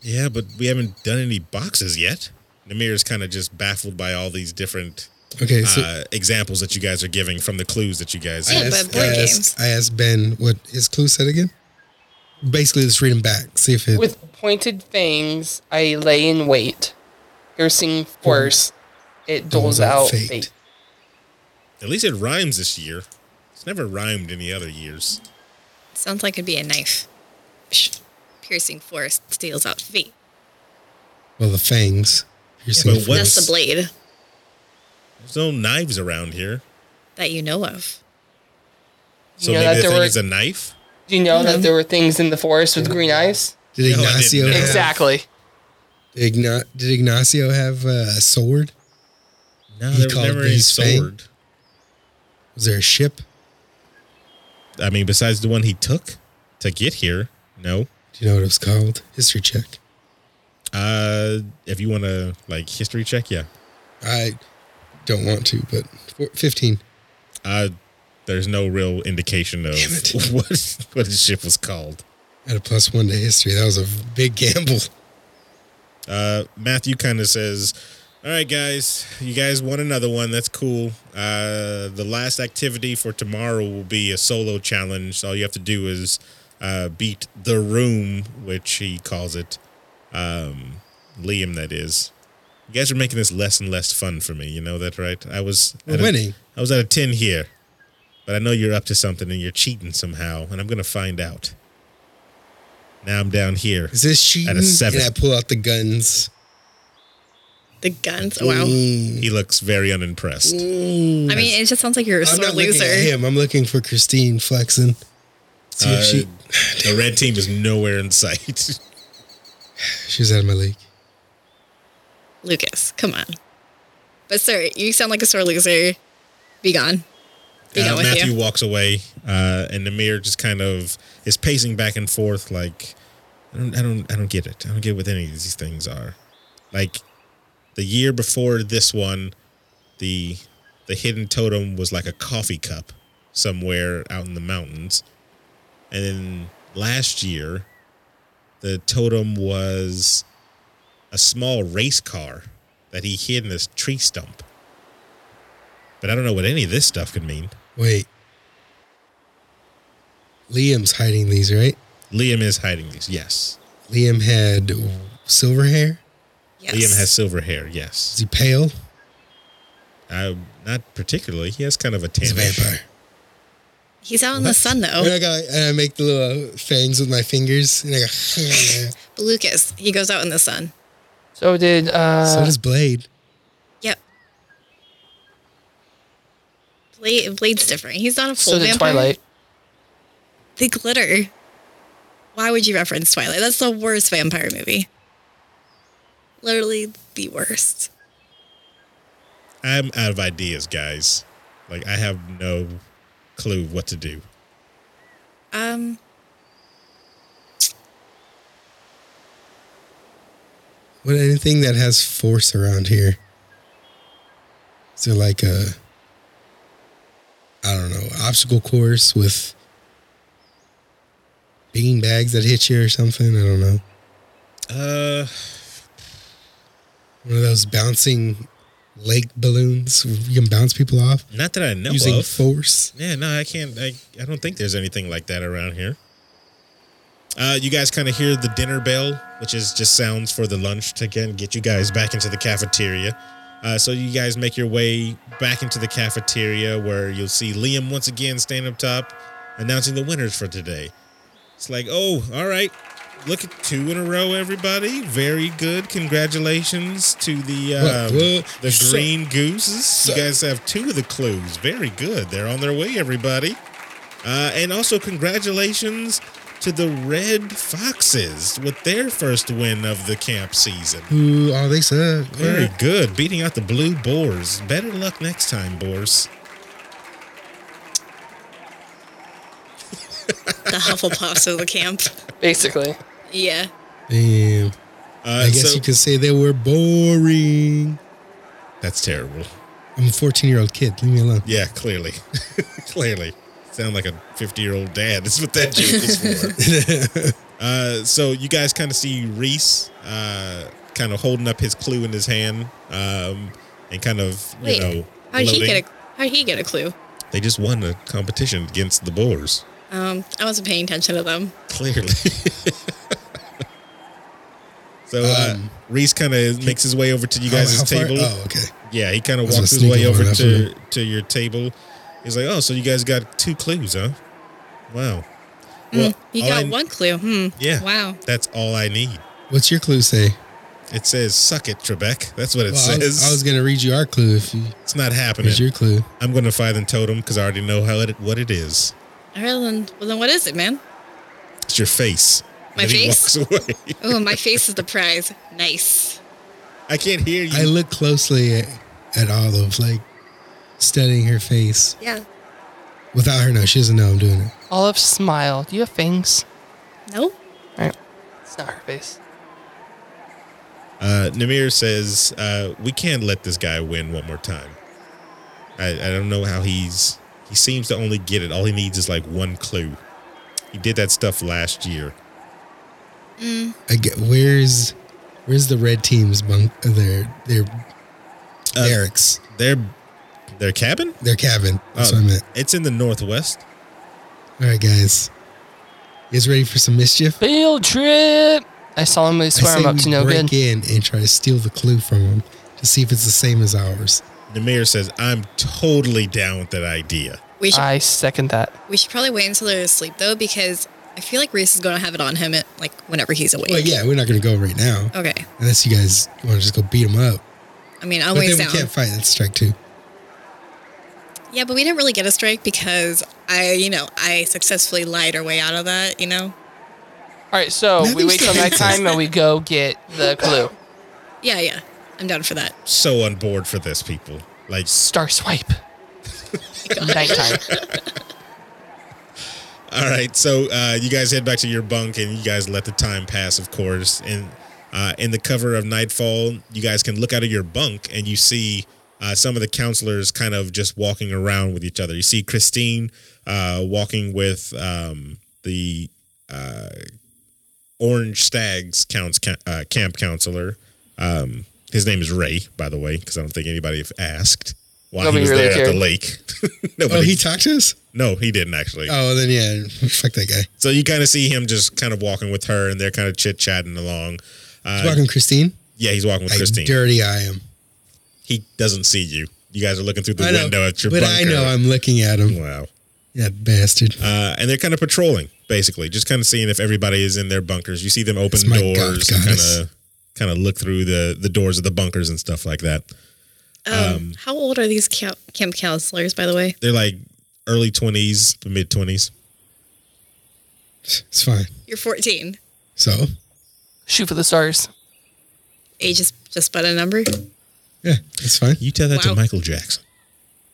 Speaker 2: yeah, but we haven't done any boxes yet. Namir is kind of just baffled by all these different
Speaker 4: Okay, so
Speaker 2: uh, examples that you guys are giving from the clues that you guys.
Speaker 4: I,
Speaker 3: Yeah,
Speaker 4: asked,
Speaker 3: but board
Speaker 4: I,
Speaker 3: games.
Speaker 4: asked, I asked Ben what his clue said again. Basically, just read them back. See if it.
Speaker 5: With pointed fangs, I lay in wait. Piercing force,
Speaker 2: Hmm.
Speaker 5: it doles out fate.
Speaker 2: At least it rhymes this year. It's never rhymed any other years.
Speaker 3: Sounds like it'd be a knife. Psh, Piercing force steals out feet.
Speaker 4: Well, the fangs. Piercing
Speaker 2: but what-
Speaker 4: force.
Speaker 3: That's the blade
Speaker 2: There's no knives around here.
Speaker 3: that you know of.
Speaker 2: So
Speaker 5: You know
Speaker 2: maybe
Speaker 5: that
Speaker 2: the
Speaker 5: there
Speaker 2: thing
Speaker 5: were-
Speaker 2: is Hmm. a knife.
Speaker 5: Do you know that there were things in the forest with green eyes?
Speaker 4: Did
Speaker 2: No, I didn't
Speaker 4: Ignacio?
Speaker 2: know.
Speaker 4: have-
Speaker 5: Exactly.
Speaker 4: Did, Igna- did Ignacio have uh, a sword?
Speaker 2: No,
Speaker 4: He
Speaker 2: there was
Speaker 4: called
Speaker 2: never any
Speaker 4: these fang?
Speaker 2: sword.
Speaker 4: Was there a ship?
Speaker 2: I mean, besides the one he took to get here. No.
Speaker 4: Do you know what it was called? History check.
Speaker 2: Uh, if you want to like history check, yeah.
Speaker 4: I don't want to, but four, fifteen.
Speaker 2: Uh, there's no real indication of
Speaker 4: Damn it.
Speaker 2: what what his ship was called.
Speaker 4: At a plus one to history, that was a big gamble.
Speaker 2: Uh, Matthew kind of says, "All right, guys, you guys want another one? That's cool. Uh, the last activity for tomorrow will be a solo challenge. All you have to do is uh, beat the room, which he calls it, um, Liam. That is. You guys are making this less and less fun for me. You know that, right? I was
Speaker 4: We're
Speaker 2: at a-
Speaker 4: winning.
Speaker 2: I was at a ten here, but I know you're up to something and you're cheating somehow, and I'm gonna find out. Now I'm down here.
Speaker 4: Is this cheating?
Speaker 2: seven.
Speaker 4: And I pull out the guns.
Speaker 3: The guns. Oh, Wow.
Speaker 4: Mm.
Speaker 2: He looks very unimpressed."
Speaker 4: Mm.
Speaker 3: I mean, it just sounds like you're a
Speaker 4: I'm
Speaker 3: sore
Speaker 4: not looking at
Speaker 3: loser.
Speaker 4: him. I'm looking for Christine flexing. See if
Speaker 2: Uh,
Speaker 4: she
Speaker 2: The red team is nowhere in sight.
Speaker 4: she's out of my league.
Speaker 3: Lucas, come on. But sir, you sound like a sore loser. Be gone. Be
Speaker 2: Uh,
Speaker 3: gone with
Speaker 2: Matthew
Speaker 3: you.
Speaker 2: walks away, uh, and Namir just kind of is pacing back and forth, like I don't, I don't, I don't get it. I don't get what any of these things are. Like the year before this one, the the hidden totem was like a coffee cup somewhere out in the mountains, and then last year, the totem was a small race car that he hid in this tree stump. But I don't know what any of this stuff could mean.
Speaker 4: Wait. Liam's hiding these, right?
Speaker 2: Liam is hiding these. Yes.
Speaker 4: Liam had silver hair.
Speaker 3: Yes.
Speaker 2: Liam has silver hair.
Speaker 4: Is
Speaker 2: Yes.
Speaker 4: he pale?
Speaker 2: Uh, not particularly. He has kind of a
Speaker 4: He's
Speaker 2: tan.
Speaker 4: a vampire.
Speaker 3: He's out in the sun though.
Speaker 4: And I, got, and I make the little fangs with my fingers, and I go. so
Speaker 3: But Lucas, he goes out in the sun.
Speaker 5: So did uh
Speaker 4: does Blade.
Speaker 3: Yep. Blade, Blade's different. He's not a full
Speaker 5: so did
Speaker 3: vampire.
Speaker 5: Twilight.
Speaker 3: The glitter. Why would you reference Twilight? That's the worst vampire movie. Literally the worst.
Speaker 2: I'm out of ideas, guys. Like I have no clue what to do.
Speaker 3: Um.
Speaker 4: What anything that has force around here? Is there like a, I don't know, obstacle course with bean bags that hit you or something? I don't know.
Speaker 2: Uh,
Speaker 4: One of those bouncing lake balloons where you can bounce people off
Speaker 2: not that I know
Speaker 4: using
Speaker 2: of.
Speaker 4: force.
Speaker 2: yeah, no, I can't. I, I don't think there's anything like that around here. Uh, you guys kind of hear the dinner bell, which is just sounds for the lunch to again get you guys back into the cafeteria. Uh, so you guys make your way back into the cafeteria where you'll see Liam once again stand up top, announcing the winners for today. It's like, oh, all right, Look at two in a row, everybody. Very good. Congratulations to the um,
Speaker 4: what?
Speaker 2: the
Speaker 4: So-
Speaker 2: green gooses. You
Speaker 4: so-
Speaker 2: guys have two of the clues. Very good. They're on their way, everybody. Uh, and also congratulations to the red foxes with their first win of the camp season.
Speaker 4: Ooh, oh, they suck.
Speaker 2: Very good. Beating out the blue boars. Better luck next time, boars.
Speaker 3: The Hufflepuffs of the camp.
Speaker 5: basically.
Speaker 3: Yeah.
Speaker 4: Damn.
Speaker 2: Uh,
Speaker 4: I guess
Speaker 2: so-
Speaker 4: you could say they were boring.
Speaker 2: that's terrible.
Speaker 4: I'm a 14 year old kid. Leave me alone.
Speaker 2: Yeah, clearly. clearly. Sound like a 50 year old dad. That's what that joke is for. Uh, so you guys kind of see Reese uh, kind of holding up his clue in his hand um, and kind of, you
Speaker 3: Wait,
Speaker 2: know,
Speaker 3: How did he
Speaker 2: gloating.
Speaker 3: get a How did he get a clue?
Speaker 2: they just won a competition against the Boers.
Speaker 3: Um, I wasn't paying attention to them.
Speaker 2: Clearly. so uh,
Speaker 4: Um,
Speaker 2: Reese kind of makes his way over to you guys'
Speaker 4: How- how far-
Speaker 2: table.
Speaker 4: Oh, okay.
Speaker 2: Yeah, he kind of
Speaker 4: That's a
Speaker 2: walks his
Speaker 4: sneaky
Speaker 2: way
Speaker 4: one,
Speaker 2: over to,
Speaker 4: absolutely.
Speaker 2: to your table. He's like, "Oh, so you guys got two clues, huh? Wow. Well,
Speaker 3: Mm, You
Speaker 2: all
Speaker 3: got
Speaker 2: I-
Speaker 3: one clue. Hmm.
Speaker 2: Yeah.
Speaker 3: Wow.
Speaker 2: That's all I need.
Speaker 4: What's your clue say?
Speaker 2: It says, "Suck it, Trebek." That's what it
Speaker 4: Well, I
Speaker 2: says.
Speaker 4: was, I was gonna read you our clue if you
Speaker 2: it's not happening.
Speaker 4: read your clue.
Speaker 2: I'm going to fire them totem because I already know how it what it is.
Speaker 3: All right, then, well, then what is it, man?
Speaker 2: It's your face.
Speaker 3: My
Speaker 2: And he
Speaker 3: face?
Speaker 2: walks away.
Speaker 3: Oh, my face is the prize. Nice.
Speaker 2: I can't hear you.
Speaker 4: I look closely at, at Olive, like studying her face.
Speaker 3: Yeah.
Speaker 4: Without her, no, she doesn't know I'm doing it.
Speaker 5: Olive smile. Do you have fangs?
Speaker 3: No.
Speaker 5: It's not her face.
Speaker 2: Uh, Namir says, uh, "We can't let this guy win one more time." I, I don't know how he's. He seems to only get it. All he needs is like one clue. He did that stuff last year.
Speaker 4: I get where's where's the red team's bunk? uh, Their their
Speaker 2: Uh,
Speaker 4: barracks,
Speaker 2: Their their cabin.
Speaker 4: their cabin. That's
Speaker 2: Oh,
Speaker 4: what I meant.
Speaker 2: It's in the northwest.
Speaker 4: All right, guys, you guys ready for some mischief?
Speaker 5: Field trip. I solemnly swear I'm
Speaker 4: say
Speaker 5: up
Speaker 4: we
Speaker 5: to no
Speaker 4: break
Speaker 5: good.
Speaker 4: in and try to steal the clue from them to see if it's the same as ours.
Speaker 2: Namir says, "I'm totally down with that idea."
Speaker 3: We should
Speaker 5: I second that.
Speaker 3: we should probably wait until they're asleep though, because I feel like Reese is gonna have it on him at like whenever he's awake.
Speaker 4: Well, yeah, we're not gonna go right now
Speaker 3: Okay.
Speaker 4: unless you guys want to just go beat them up.
Speaker 3: I mean, I'll
Speaker 4: but
Speaker 3: wait
Speaker 4: then
Speaker 3: down.
Speaker 4: we can't fight. That's strike two.
Speaker 3: Yeah, but we didn't really get a strike because I, you know, I successfully lied our way out of that. You know.
Speaker 5: All right, so we
Speaker 4: Nothing's
Speaker 5: wait till
Speaker 4: defensive.
Speaker 5: nighttime and we go get the clue.
Speaker 3: Yeah, yeah. I'm down for that.
Speaker 2: So on board for this, people. Like,
Speaker 5: Star swipe. nighttime.
Speaker 2: all right. So uh, you guys head back to your bunk, and you guys let the time pass, of course. And uh, in the cover of nightfall, you guys can look out of your bunk, and you see uh, some of the counselors kind of just walking around with each other. You see Christine uh, walking with um, the uh, Orange Stags counts, uh, camp counselor. Um, his name is Ray, by the way, because I don't think anybody have asked why
Speaker 5: Nobody
Speaker 2: he was
Speaker 5: really
Speaker 2: there at
Speaker 5: cared.
Speaker 2: the lake.
Speaker 4: Oh,
Speaker 2: Nobody
Speaker 4: he talked to us.
Speaker 2: No, he didn't actually.
Speaker 4: Oh, then yeah, fuck that guy.
Speaker 2: So you kind of see him just kind of walking with her, and they're kind of chit chatting along. Uh,
Speaker 4: Welcome, Christine.
Speaker 2: yeah, he's walking with
Speaker 4: I
Speaker 2: Christine.
Speaker 4: dirty I am.
Speaker 2: He doesn't see you. You guys are looking through the
Speaker 4: I know,
Speaker 2: window at your
Speaker 4: but
Speaker 2: bunker.
Speaker 4: I know I'm looking at him.
Speaker 2: wow.
Speaker 4: That bastard.
Speaker 2: Uh, and they're kind of patrolling, basically, just kind of seeing if everybody is in their bunkers. You see them open
Speaker 4: It's my god
Speaker 2: doors and
Speaker 4: goddess.
Speaker 2: kind of kind of look through the the doors of the bunkers and stuff like that.
Speaker 3: Um, how old are these camp, camp counselors, by the way?
Speaker 2: They're like early twenties, mid twenties.
Speaker 4: It's fine.
Speaker 3: You're 14.
Speaker 4: So
Speaker 5: Shoot for the stars.
Speaker 3: Age is just but a number.
Speaker 4: yeah, it's fine.
Speaker 2: You tell that to
Speaker 3: Wow.
Speaker 2: Michael Jackson.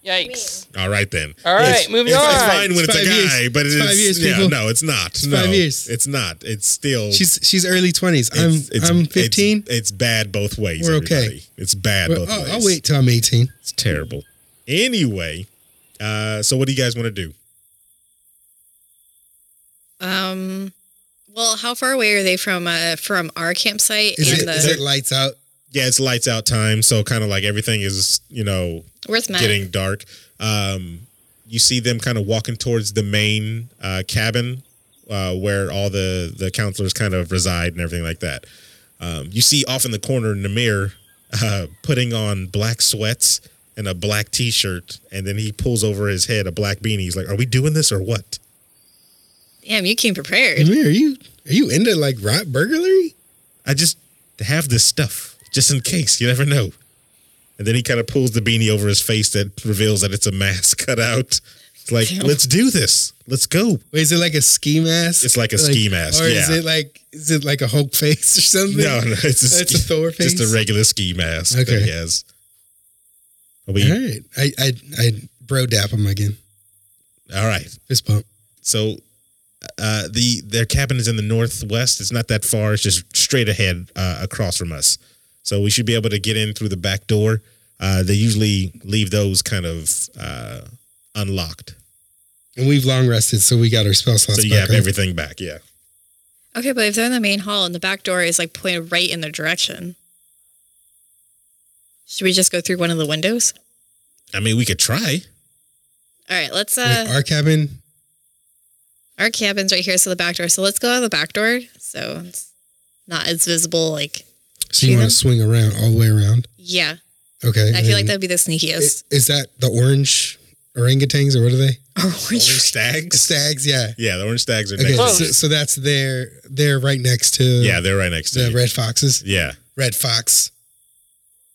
Speaker 5: Yikes.
Speaker 2: All right then.
Speaker 5: All right, moving
Speaker 2: it's,
Speaker 5: on.
Speaker 2: It's fine when it's,
Speaker 4: It's
Speaker 2: a
Speaker 4: five
Speaker 2: guy,
Speaker 4: years.
Speaker 2: but it's,
Speaker 4: It's five years,
Speaker 2: yeah,
Speaker 4: people.
Speaker 2: no, it's not. no,
Speaker 4: five years.
Speaker 2: It's not. It's still.
Speaker 4: She's she's early twenties. I'm
Speaker 2: it's, it's-
Speaker 4: I'm
Speaker 2: it's-
Speaker 4: fifteen.
Speaker 2: It's, bad both ways.
Speaker 4: We're okay.
Speaker 2: everybody. It's bad
Speaker 4: Well,
Speaker 2: both
Speaker 4: I'll,
Speaker 2: ways.
Speaker 4: I'll wait till I'm eighteen.
Speaker 2: It's terrible. Anyway, uh, so what do you guys want to do?
Speaker 3: Um, well, how far away are they from uh from our campsite?
Speaker 4: Is
Speaker 3: and
Speaker 4: it,
Speaker 3: the
Speaker 4: is it lights out?
Speaker 2: Yeah, it's lights out time, so kind of like everything is you know
Speaker 3: where's Matt?
Speaker 2: getting dark. Um, you see them kind of walking towards the main uh, cabin uh, where all the the counselors kind of reside and everything like that. Um, you see off in the corner Namir uh, putting on black sweats and a black T-shirt, and then he pulls over his head a black beanie. He's like, "Are we doing this or what?"
Speaker 3: Damn, you came prepared.
Speaker 4: Amir, are you are you into like rot burglary?
Speaker 2: I just have this stuff just in case. You never know. And then he kind of pulls the beanie over his face that reveals that it's a mask cut out. It's like, let's do this. Let's go.
Speaker 4: Wait, is it like a ski mask?
Speaker 2: It's like a ski mask,
Speaker 4: Or is
Speaker 2: yeah.
Speaker 4: it like is it like a Hulk face or something?
Speaker 2: No, no, it's a,
Speaker 4: It's a Thor
Speaker 2: Just
Speaker 4: face?
Speaker 2: a regular ski mask that
Speaker 4: Okay.
Speaker 2: he has. Are we,
Speaker 4: All right, I I I bro dap him again.
Speaker 2: All right.
Speaker 4: Fist bump.
Speaker 2: So uh, the their cabin is in the northwest. It's not that far. It's just straight ahead uh, across from us. So we should be able to get in through the back door. Uh, they usually leave those kind of uh, unlocked,
Speaker 4: And we've long rested, so we got our spell slots.
Speaker 2: so you
Speaker 4: back,
Speaker 2: have
Speaker 4: right?
Speaker 2: everything back. Yeah.
Speaker 4: Mm-hmm.
Speaker 3: Okay, but if they're in the main hall and the back door is like pointed right in their direction, should we just go through one of the windows?
Speaker 2: I mean, we could try.
Speaker 3: All right, let's.
Speaker 4: Wait,
Speaker 3: uh
Speaker 4: our cabin.
Speaker 3: Our cabin's right here, so the back door. So let's go out the back door, so it's not as visible. Like,
Speaker 4: So you
Speaker 3: Sheena?
Speaker 4: want to swing around all the way around?
Speaker 3: yeah,
Speaker 4: Okay.
Speaker 3: I feel like
Speaker 4: and
Speaker 3: that'd be the sneakiest.
Speaker 4: Is, is that the orange orangutans or what are they?
Speaker 3: Or
Speaker 2: Orange
Speaker 3: orange-
Speaker 2: stags.
Speaker 4: Stags. Yeah.
Speaker 2: Yeah, the orange stags are
Speaker 4: Okay.
Speaker 2: next.
Speaker 4: So,
Speaker 5: Close.
Speaker 4: so that's there. They're right next to.
Speaker 2: Yeah, they're right next to
Speaker 4: The
Speaker 2: you.
Speaker 4: red foxes.
Speaker 2: Yeah,
Speaker 4: Red fox.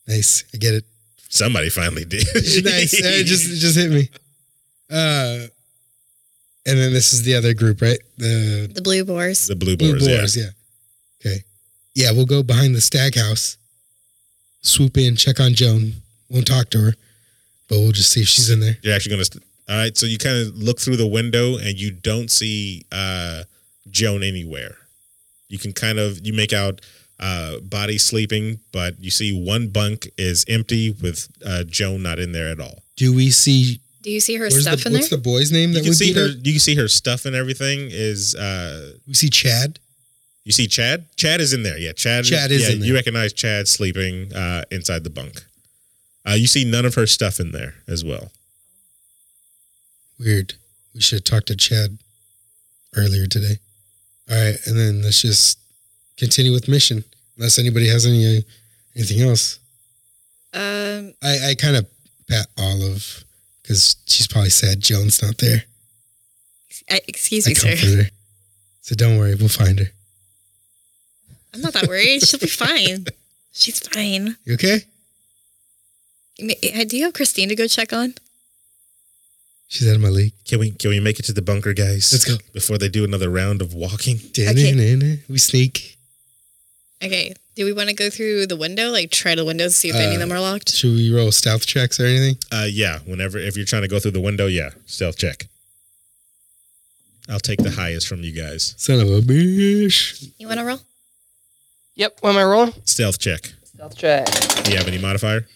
Speaker 4: Nice. I get it.
Speaker 2: somebody finally did.
Speaker 4: nice. uh, It just it just hit me. Uh, and then this is the other group, right? The
Speaker 3: the blue boars.
Speaker 2: the blue
Speaker 4: blue
Speaker 2: boars. yeah.
Speaker 4: boars. Yeah. Okay. Yeah, we'll go behind the stag house. Swoop in, check on Joan. Won't talk to her, but we'll just see if she's in there.
Speaker 2: You're actually gonna. St- All right, so you kind of look through the window and you don't see uh, Joan anywhere. You can kind of you make out uh, body sleeping, but you see one bunk is empty with uh, Joan not in there at all.
Speaker 4: Do we see
Speaker 3: Do you see her
Speaker 4: where's
Speaker 3: stuff
Speaker 4: the,
Speaker 3: in there?
Speaker 4: what's the boy's name
Speaker 2: You
Speaker 4: that
Speaker 2: can
Speaker 4: we
Speaker 2: see
Speaker 4: beat
Speaker 2: her.
Speaker 4: up?
Speaker 2: You can see her stuff and everything is. Uh,
Speaker 4: We see Chad.
Speaker 2: you see Chad. Chad is in there. Yeah, Chad.
Speaker 4: Chad is
Speaker 2: yeah,
Speaker 4: in there.
Speaker 2: You recognize Chad sleeping uh, inside the bunk. Uh, you see none of her stuff in there as well.
Speaker 4: Weird. We should have talked to Chad earlier today. All right, and then let's just continue with mission. Unless anybody has any anything else.
Speaker 3: um,
Speaker 4: I, I kind of pat Olive because she's probably sad Joan's not there.
Speaker 3: I, excuse
Speaker 4: I
Speaker 3: me, sir.
Speaker 4: comfort her. So don't worry, we'll find her.
Speaker 3: I'm not that worried. She'll be fine. She's fine.
Speaker 4: You okay?
Speaker 3: Ma- uh, Do you have Christine to go check on?
Speaker 4: She's out of my league.
Speaker 2: Can we can we make it to the bunker, guys?
Speaker 4: Let's go.
Speaker 2: before they do another round of walking.
Speaker 4: Da-na-na-na. We sneak.
Speaker 3: Okay. Do we want to go through the window? Like, try the windows, see if any
Speaker 4: Uh,
Speaker 3: of them are locked?
Speaker 4: Should we roll stealth checks or anything?
Speaker 2: Uh, yeah. Whenever if you're trying to go through the window, yeah, stealth check. I'll take the highest from you guys.
Speaker 4: Son of a bitch.
Speaker 3: You want to roll?
Speaker 5: Yep. What am I rolling?
Speaker 2: Stealth check.
Speaker 5: Stealth check.
Speaker 2: Do you have any modifier?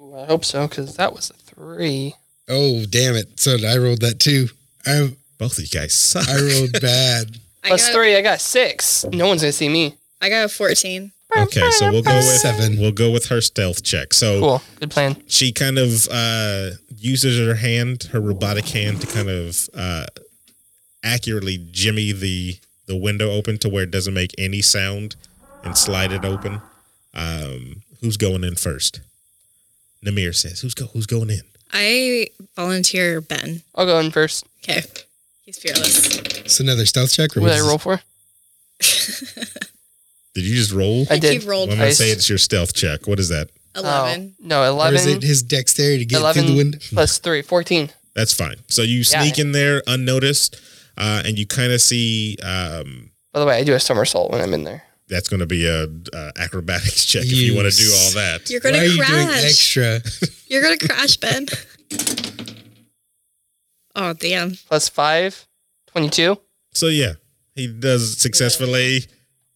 Speaker 5: Ooh, I hope so, because that was a three.
Speaker 4: Oh damn it! So I rolled that too. I
Speaker 2: Both of you guys suck.
Speaker 4: I rolled bad.
Speaker 3: I
Speaker 5: Plus
Speaker 3: got,
Speaker 5: three, I got six. No one's gonna see me.
Speaker 3: I got a 14.
Speaker 2: Okay, so we'll go with
Speaker 4: Seven.
Speaker 2: We'll go with her stealth check. So
Speaker 5: Cool. Good plan.
Speaker 2: she kind of uh, uses her hand, her robotic hand, to kind of uh, accurately jimmy the the window open to where it doesn't make any sound, and slide it open. Um, who's going in first? Namir says, "Who's go? Who's going in?"
Speaker 3: I volunteer Ben.
Speaker 5: I'll go in first.
Speaker 3: Okay. He's fearless.
Speaker 4: It's another stealth check. Or
Speaker 5: What
Speaker 4: was
Speaker 5: did I
Speaker 4: this-
Speaker 5: roll for?
Speaker 2: Did you just roll?
Speaker 5: I
Speaker 3: I think
Speaker 5: did.
Speaker 3: you rolled
Speaker 2: When I
Speaker 5: Nice.
Speaker 2: say it's your stealth check, what is that?
Speaker 5: Oh,
Speaker 3: 11.
Speaker 5: no,
Speaker 4: Or is it
Speaker 5: 11
Speaker 4: his dexterity to get through
Speaker 5: 11.
Speaker 4: the window?
Speaker 5: plus three, 14.
Speaker 2: That's fine. So you sneak in there unnoticed, uh, and you kind of see um,
Speaker 5: By the way, I do a somersault when I'm in there.
Speaker 2: that's going to be a uh, acrobatics check if you
Speaker 4: You
Speaker 2: want to do
Speaker 4: s-
Speaker 2: all that.
Speaker 3: You're
Speaker 4: Why
Speaker 3: going
Speaker 4: are
Speaker 3: to
Speaker 4: you doing
Speaker 3: crash.
Speaker 4: extra?
Speaker 3: You're going to crash, Ben. oh, damn.
Speaker 5: Plus five, 22.
Speaker 2: So yeah, he does successfully.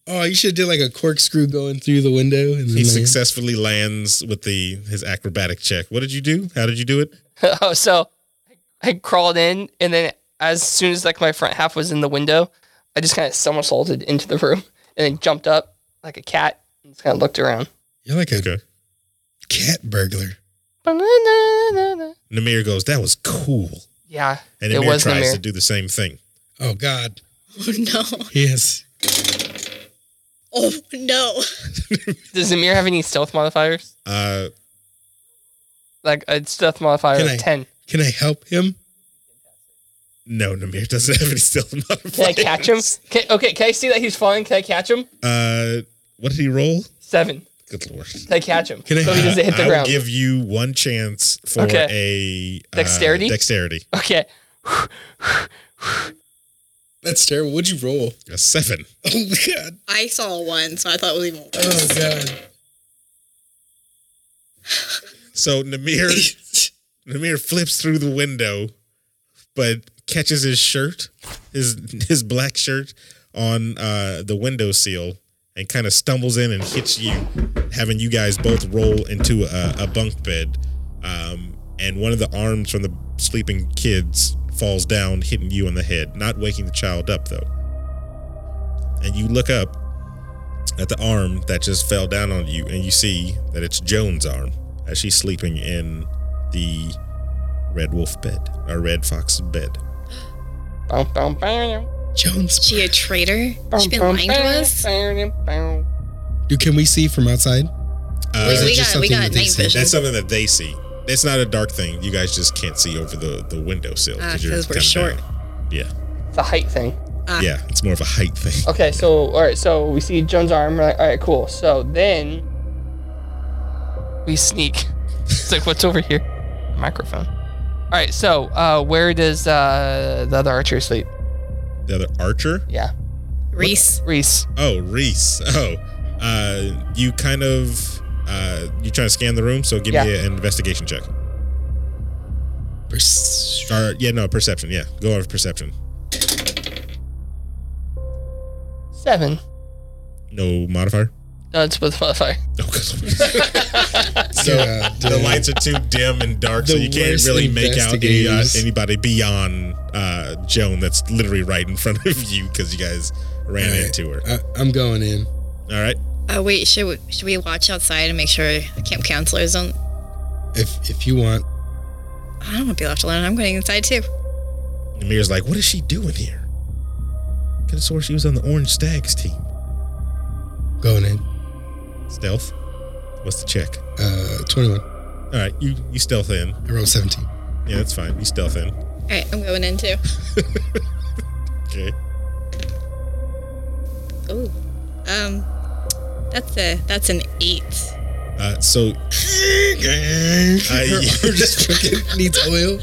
Speaker 4: Oh, you should do like a corkscrew going through the window. And then
Speaker 2: He
Speaker 4: land.
Speaker 2: successfully lands with the his acrobatic check. What did you do? How did you do it?
Speaker 5: oh, so I crawled in, and then as soon as like my front half was in the window, I just kind of somersaulted into the room and then jumped up like a cat and just kind of looked around.
Speaker 4: You're like a
Speaker 2: Okay.
Speaker 4: cat burglar.
Speaker 2: Namir goes, "That was cool,"
Speaker 5: Yeah,
Speaker 2: and
Speaker 5: it
Speaker 2: Namir
Speaker 5: was
Speaker 2: tries to
Speaker 5: Namir.
Speaker 2: do the same thing.
Speaker 4: Oh God,
Speaker 3: Oh, no.
Speaker 4: he has
Speaker 3: Oh, no.
Speaker 5: Does Namir have any stealth modifiers?
Speaker 2: Uh,
Speaker 5: Like a stealth modifier
Speaker 4: Can
Speaker 5: of
Speaker 4: I-
Speaker 5: 10.
Speaker 4: Can I help him?
Speaker 2: No, Namir doesn't have any stealth
Speaker 5: Can I
Speaker 2: modifiers.
Speaker 5: catch him? Can, okay, can I see that he's falling? Can I catch him?
Speaker 2: Uh, what did he roll?
Speaker 5: Seven.
Speaker 2: Good lord.
Speaker 5: Can I catch him?
Speaker 2: Can I,
Speaker 5: so Oh, he doesn't hit the
Speaker 2: I'll
Speaker 5: ground.
Speaker 2: give you one chance for
Speaker 5: Okay.
Speaker 2: a uh,
Speaker 5: Dexterity?
Speaker 2: dexterity.
Speaker 5: okay.
Speaker 4: That's terrible. What'd you roll?
Speaker 2: A seven.
Speaker 4: Oh god.
Speaker 3: I saw one, so I thought it was even worse.
Speaker 4: Oh god.
Speaker 2: So Namir Namir flips through the window, but catches his shirt, his his black shirt, on uh, the windowsill, and kind of stumbles in and hits you, having you guys both roll into a, a bunk bed. Um, and one of the arms from the sleeping kids falls down, hitting you on the head, not waking the child up though. And you look up at the arm that just fell down on you, and you see that it's Joan's arm as she's sleeping in the red wolf bed or red fox bed.
Speaker 5: Bum, bum, bum,
Speaker 4: Jones.
Speaker 3: She a traitor?
Speaker 5: bum,
Speaker 3: She been
Speaker 5: bum,
Speaker 3: lying to
Speaker 5: bum,
Speaker 3: us?
Speaker 5: bum, bum.
Speaker 4: Dude, can we see from outside?
Speaker 2: Uh,
Speaker 4: Or is it
Speaker 3: we
Speaker 4: just
Speaker 3: got we
Speaker 4: something
Speaker 3: got
Speaker 4: that they
Speaker 3: night
Speaker 4: see?
Speaker 3: vision.
Speaker 2: that's something that they see. It's not a dark thing. You guys just can't see over the the windowsill
Speaker 3: Ah,
Speaker 2: you're
Speaker 3: 'cause we're
Speaker 2: kinda
Speaker 3: short.
Speaker 2: down. Yeah,
Speaker 5: It's a height thing.
Speaker 3: Ah.
Speaker 2: yeah. It's more of a height thing.
Speaker 5: Okay, so all right, so we see Joan's arm. We're like, all right, cool. So then we sneak. it's like, what's over here? Microphone. All right, so uh, where does uh, the other archer sleep?
Speaker 2: The other archer.
Speaker 5: Yeah,
Speaker 3: Reese.
Speaker 5: Reese.
Speaker 2: Oh, Reese. Oh, uh, you kind of uh, you trying to scan the room? So give me
Speaker 5: Yeah.
Speaker 2: an investigation check.
Speaker 4: Pers-
Speaker 2: Or yeah, no perception. Yeah, go over perception.
Speaker 5: Seven.
Speaker 2: No modifier.
Speaker 5: No, it's with modifier.
Speaker 2: Oh, good lord. so
Speaker 4: God
Speaker 2: the
Speaker 4: damn.
Speaker 2: lights are too dim and dark, so
Speaker 4: The
Speaker 2: you can't
Speaker 4: worst
Speaker 2: really make out any, uh,
Speaker 4: investigators.
Speaker 2: anybody beyond uh, Joan. That's literally right in front of you because you guys ran
Speaker 4: All right.
Speaker 2: into her.
Speaker 4: I, I'm going in.
Speaker 2: All right.
Speaker 3: Uh, wait, should we, should we watch outside and make sure the camp counselors don't?
Speaker 4: If if you want.
Speaker 3: I don't want to be left alone. I'm going inside too.
Speaker 2: Amir's like, "What is she doing here?" Could have swore she was on the Orange Stags team.
Speaker 4: Going in.
Speaker 2: Stealth. What's the check?
Speaker 4: Uh 21.
Speaker 2: All right, you you stealth in.
Speaker 4: I rolled 17.
Speaker 2: Yeah, that's fine. You stealth in.
Speaker 3: All right, I'm going in too.
Speaker 2: Okay.
Speaker 3: Ooh, um, that's a that's an eight.
Speaker 2: Uh, so uh,
Speaker 4: Her
Speaker 2: you-
Speaker 4: arm just freaking needs oil.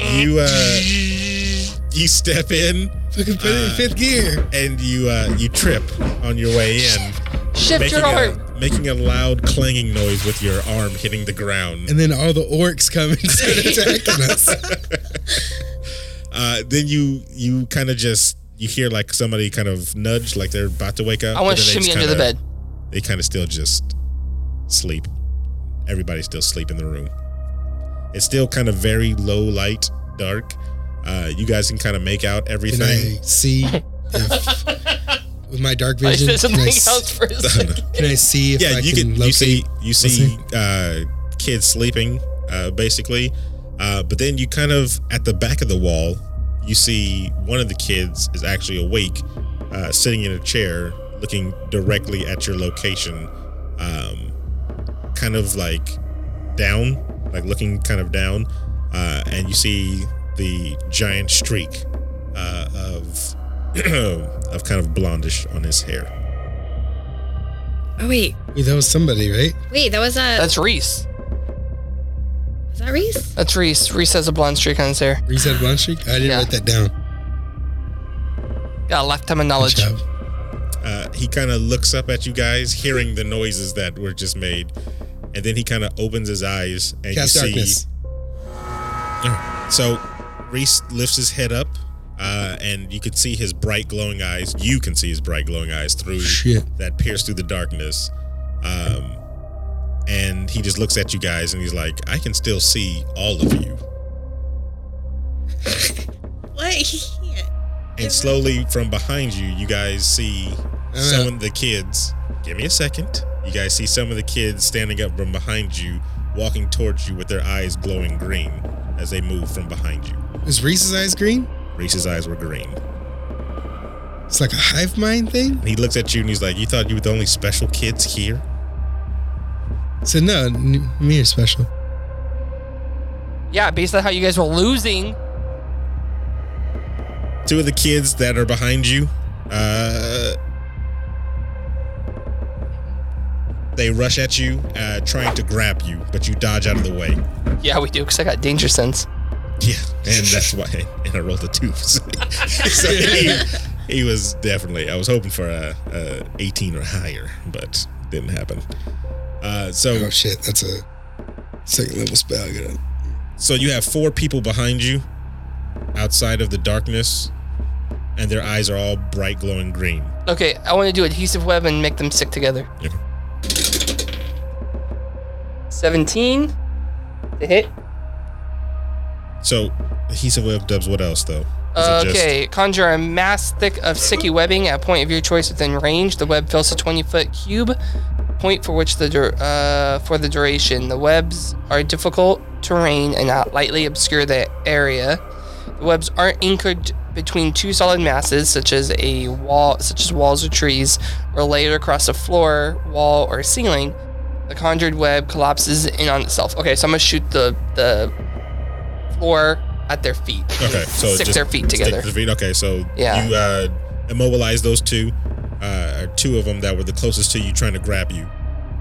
Speaker 2: you uh, you step in.
Speaker 4: Fucking put it in
Speaker 2: Uh,
Speaker 4: fifth gear.
Speaker 2: and you uh, you trip on your way in,
Speaker 5: Shift
Speaker 2: making
Speaker 5: your arm.
Speaker 2: a, making a loud clanging noise with your arm hitting the ground.
Speaker 4: And then all the orcs come and start attacking us.
Speaker 2: Uh, then you you kind of just you hear like somebody kind of nudge, like they're about to wake up.
Speaker 5: I want
Speaker 2: but
Speaker 5: to
Speaker 2: then they
Speaker 5: shimmy
Speaker 2: just
Speaker 5: under the
Speaker 2: uh, kinda-
Speaker 5: bed.
Speaker 2: They kind of still just sleep. Everybody's still asleep in the room. It's still kind of very low light, dark. Uh, you guys can kind of make out
Speaker 4: Can
Speaker 2: everything.
Speaker 4: I see if, with my dark
Speaker 5: I
Speaker 4: vision?
Speaker 5: said
Speaker 4: Can
Speaker 5: something
Speaker 4: I,
Speaker 5: else
Speaker 4: s-
Speaker 5: for a second.
Speaker 4: can I see if
Speaker 2: yeah,
Speaker 4: I
Speaker 2: you
Speaker 4: can,
Speaker 2: can, you
Speaker 4: locate?
Speaker 2: see you see
Speaker 4: listen.
Speaker 2: uh, kids sleeping uh, basically, uh, but then you kind of at the back of the wall, you see one of the kids is actually awake, uh, sitting in a chair, looking directly at your location, um, kind of like down, like looking kind of down, uh, and you see the giant streak uh, of of kind of blondish on his hair.
Speaker 3: Oh wait,
Speaker 4: Wait, that was somebody, right?
Speaker 3: wait, that was uh,
Speaker 5: That's Reese.
Speaker 3: was that Reese?
Speaker 5: That's Reese. Reese has a blonde streak on his hair.
Speaker 4: Reset Blonde Streak? I didn't
Speaker 5: Yeah.
Speaker 4: write that down. Good
Speaker 5: Got a lifetime of knowledge.
Speaker 4: job.
Speaker 2: Uh, he kind of looks up at you guys, hearing the noises that were just made, and then he kind of opens his eyes and
Speaker 4: Cast
Speaker 2: you see.
Speaker 4: Darkness.
Speaker 2: So Reese lifts his head up, uh, and you could see his bright glowing eyes. You can see his bright glowing eyes through
Speaker 4: Shit.
Speaker 2: that pierce through the darkness. Um, and he just looks at you guys, and he's like, "I can still see all of you."
Speaker 3: What? He can't.
Speaker 2: And slowly from behind you, you guys see
Speaker 4: I'm
Speaker 2: some
Speaker 4: out.
Speaker 2: of the kids. Give me a second. You guys see some of the kids standing up from behind you, walking towards you with their eyes glowing green as they move from behind you.
Speaker 4: Is Reese's eyes green?
Speaker 2: Reese's eyes were green.
Speaker 4: It's like a hive mind thing?
Speaker 2: And he looks at you and he's like, You thought you were the only special kids here?
Speaker 4: So no, n- me are special.
Speaker 5: Yeah, based on how you guys were losing,
Speaker 2: two of the kids that are behind you, uh, they rush at you, uh, trying to grab you, but you dodge out of the way.
Speaker 5: Yeah, we do, because I got danger sense.
Speaker 2: Yeah, and that's why. And I rolled a two. So, so he, he was definitely. I was hoping for a, a 18 or higher, but didn't happen. Uh, so
Speaker 4: Oh shit, that's a second level spell. I gotta
Speaker 2: So you have four people behind you outside of the darkness, and their eyes are all bright glowing green.
Speaker 5: Okay, I want to do adhesive web and make them stick together.
Speaker 2: Okay.
Speaker 5: 17 to hit.
Speaker 2: So adhesive web dubs what else though? Is it just-
Speaker 5: Okay, conjure a mass thick of sticky webbing at a point of your choice within range. The web fills a 20 foot cube, point for which the dur- uh, for the duration. The webs are difficult terrain and not lightly obscure the area. The webs aren't anchored between two solid masses, such as a wall, such as walls or trees, or layered across a floor, wall, or ceiling. The conjured web collapses in on itself. Okay, so I'm gonna shoot the the floor at their feet.
Speaker 2: okay, so
Speaker 5: stick
Speaker 2: just
Speaker 5: their feet
Speaker 2: stick
Speaker 5: together.
Speaker 2: to the feet. Okay, so
Speaker 5: Yeah.
Speaker 2: you uh, immobilize those two, uh, or two of them that were the closest to you trying to grab you.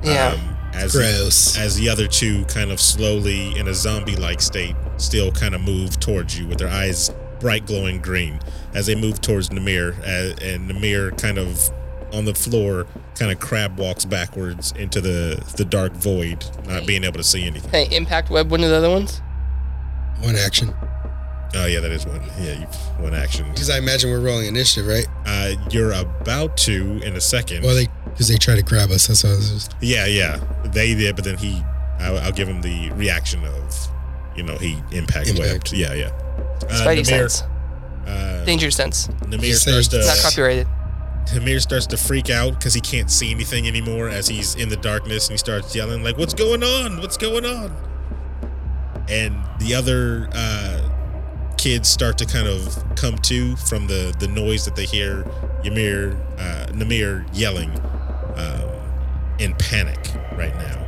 Speaker 5: yeah.
Speaker 2: Um, as
Speaker 4: gross.
Speaker 2: as the other two kind of slowly in a zombie-like state still kind of move towards you with their eyes bright glowing green as they move towards Namir uh, and Namir kind of on the floor kind of crab walks backwards into the the dark void not being able to see anything
Speaker 5: Hey, impact web. One of the other ones.
Speaker 4: One action.
Speaker 2: oh yeah that is one yeah you've one action
Speaker 4: Because I imagine we're rolling initiative, right?
Speaker 2: uh you're about to in a second
Speaker 4: Well, they because they try to grab us. That's why I was just.
Speaker 2: yeah yeah they did but then he I'll, I'll give him the reaction of you know he impact,
Speaker 4: Impact.
Speaker 2: webbed yeah yeah uh,
Speaker 5: Spidey
Speaker 2: Namir,
Speaker 5: sense.
Speaker 2: uh,
Speaker 5: Danger sense.
Speaker 2: Namir
Speaker 4: He's
Speaker 2: starts
Speaker 4: saying-
Speaker 2: to
Speaker 5: It's not
Speaker 4: Uh,
Speaker 5: copyrighted.
Speaker 2: Namir starts to freak out because he can't see anything anymore as he's in the darkness and he starts yelling like, "What's going on? What's going on?" And the other uh, kids start to kind of come to from the the noise that they hear Ymir, uh, Namir yelling um, in panic right now.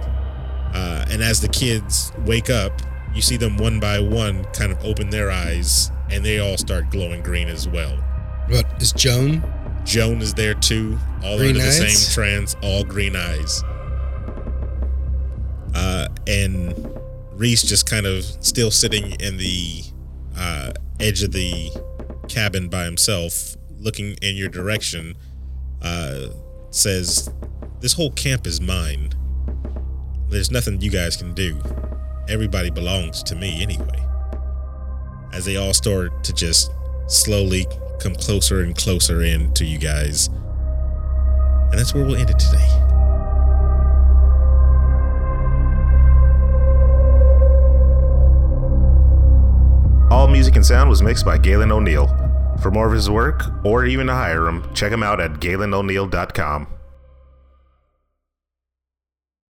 Speaker 2: Uh, and as the kids wake up, you see them one by one kind of open their eyes and they all start glowing green as well.
Speaker 4: What is Joan?
Speaker 2: Joan is there too. All
Speaker 4: Green
Speaker 2: under the
Speaker 4: eyes?
Speaker 2: same trans, all green eyes. Uh, and Reese just kind of still sitting in the uh, edge of the cabin by himself, looking in your direction, uh, says, This whole camp is mine. There's nothing you guys can do. Everybody belongs to me anyway. As they all start to just slowly come closer and closer in to you guys. And that's where we'll end it today.
Speaker 7: All music and sound was mixed by Galen O'Neill. For more of his work, or even to hire him, check him out at galenoneal.com.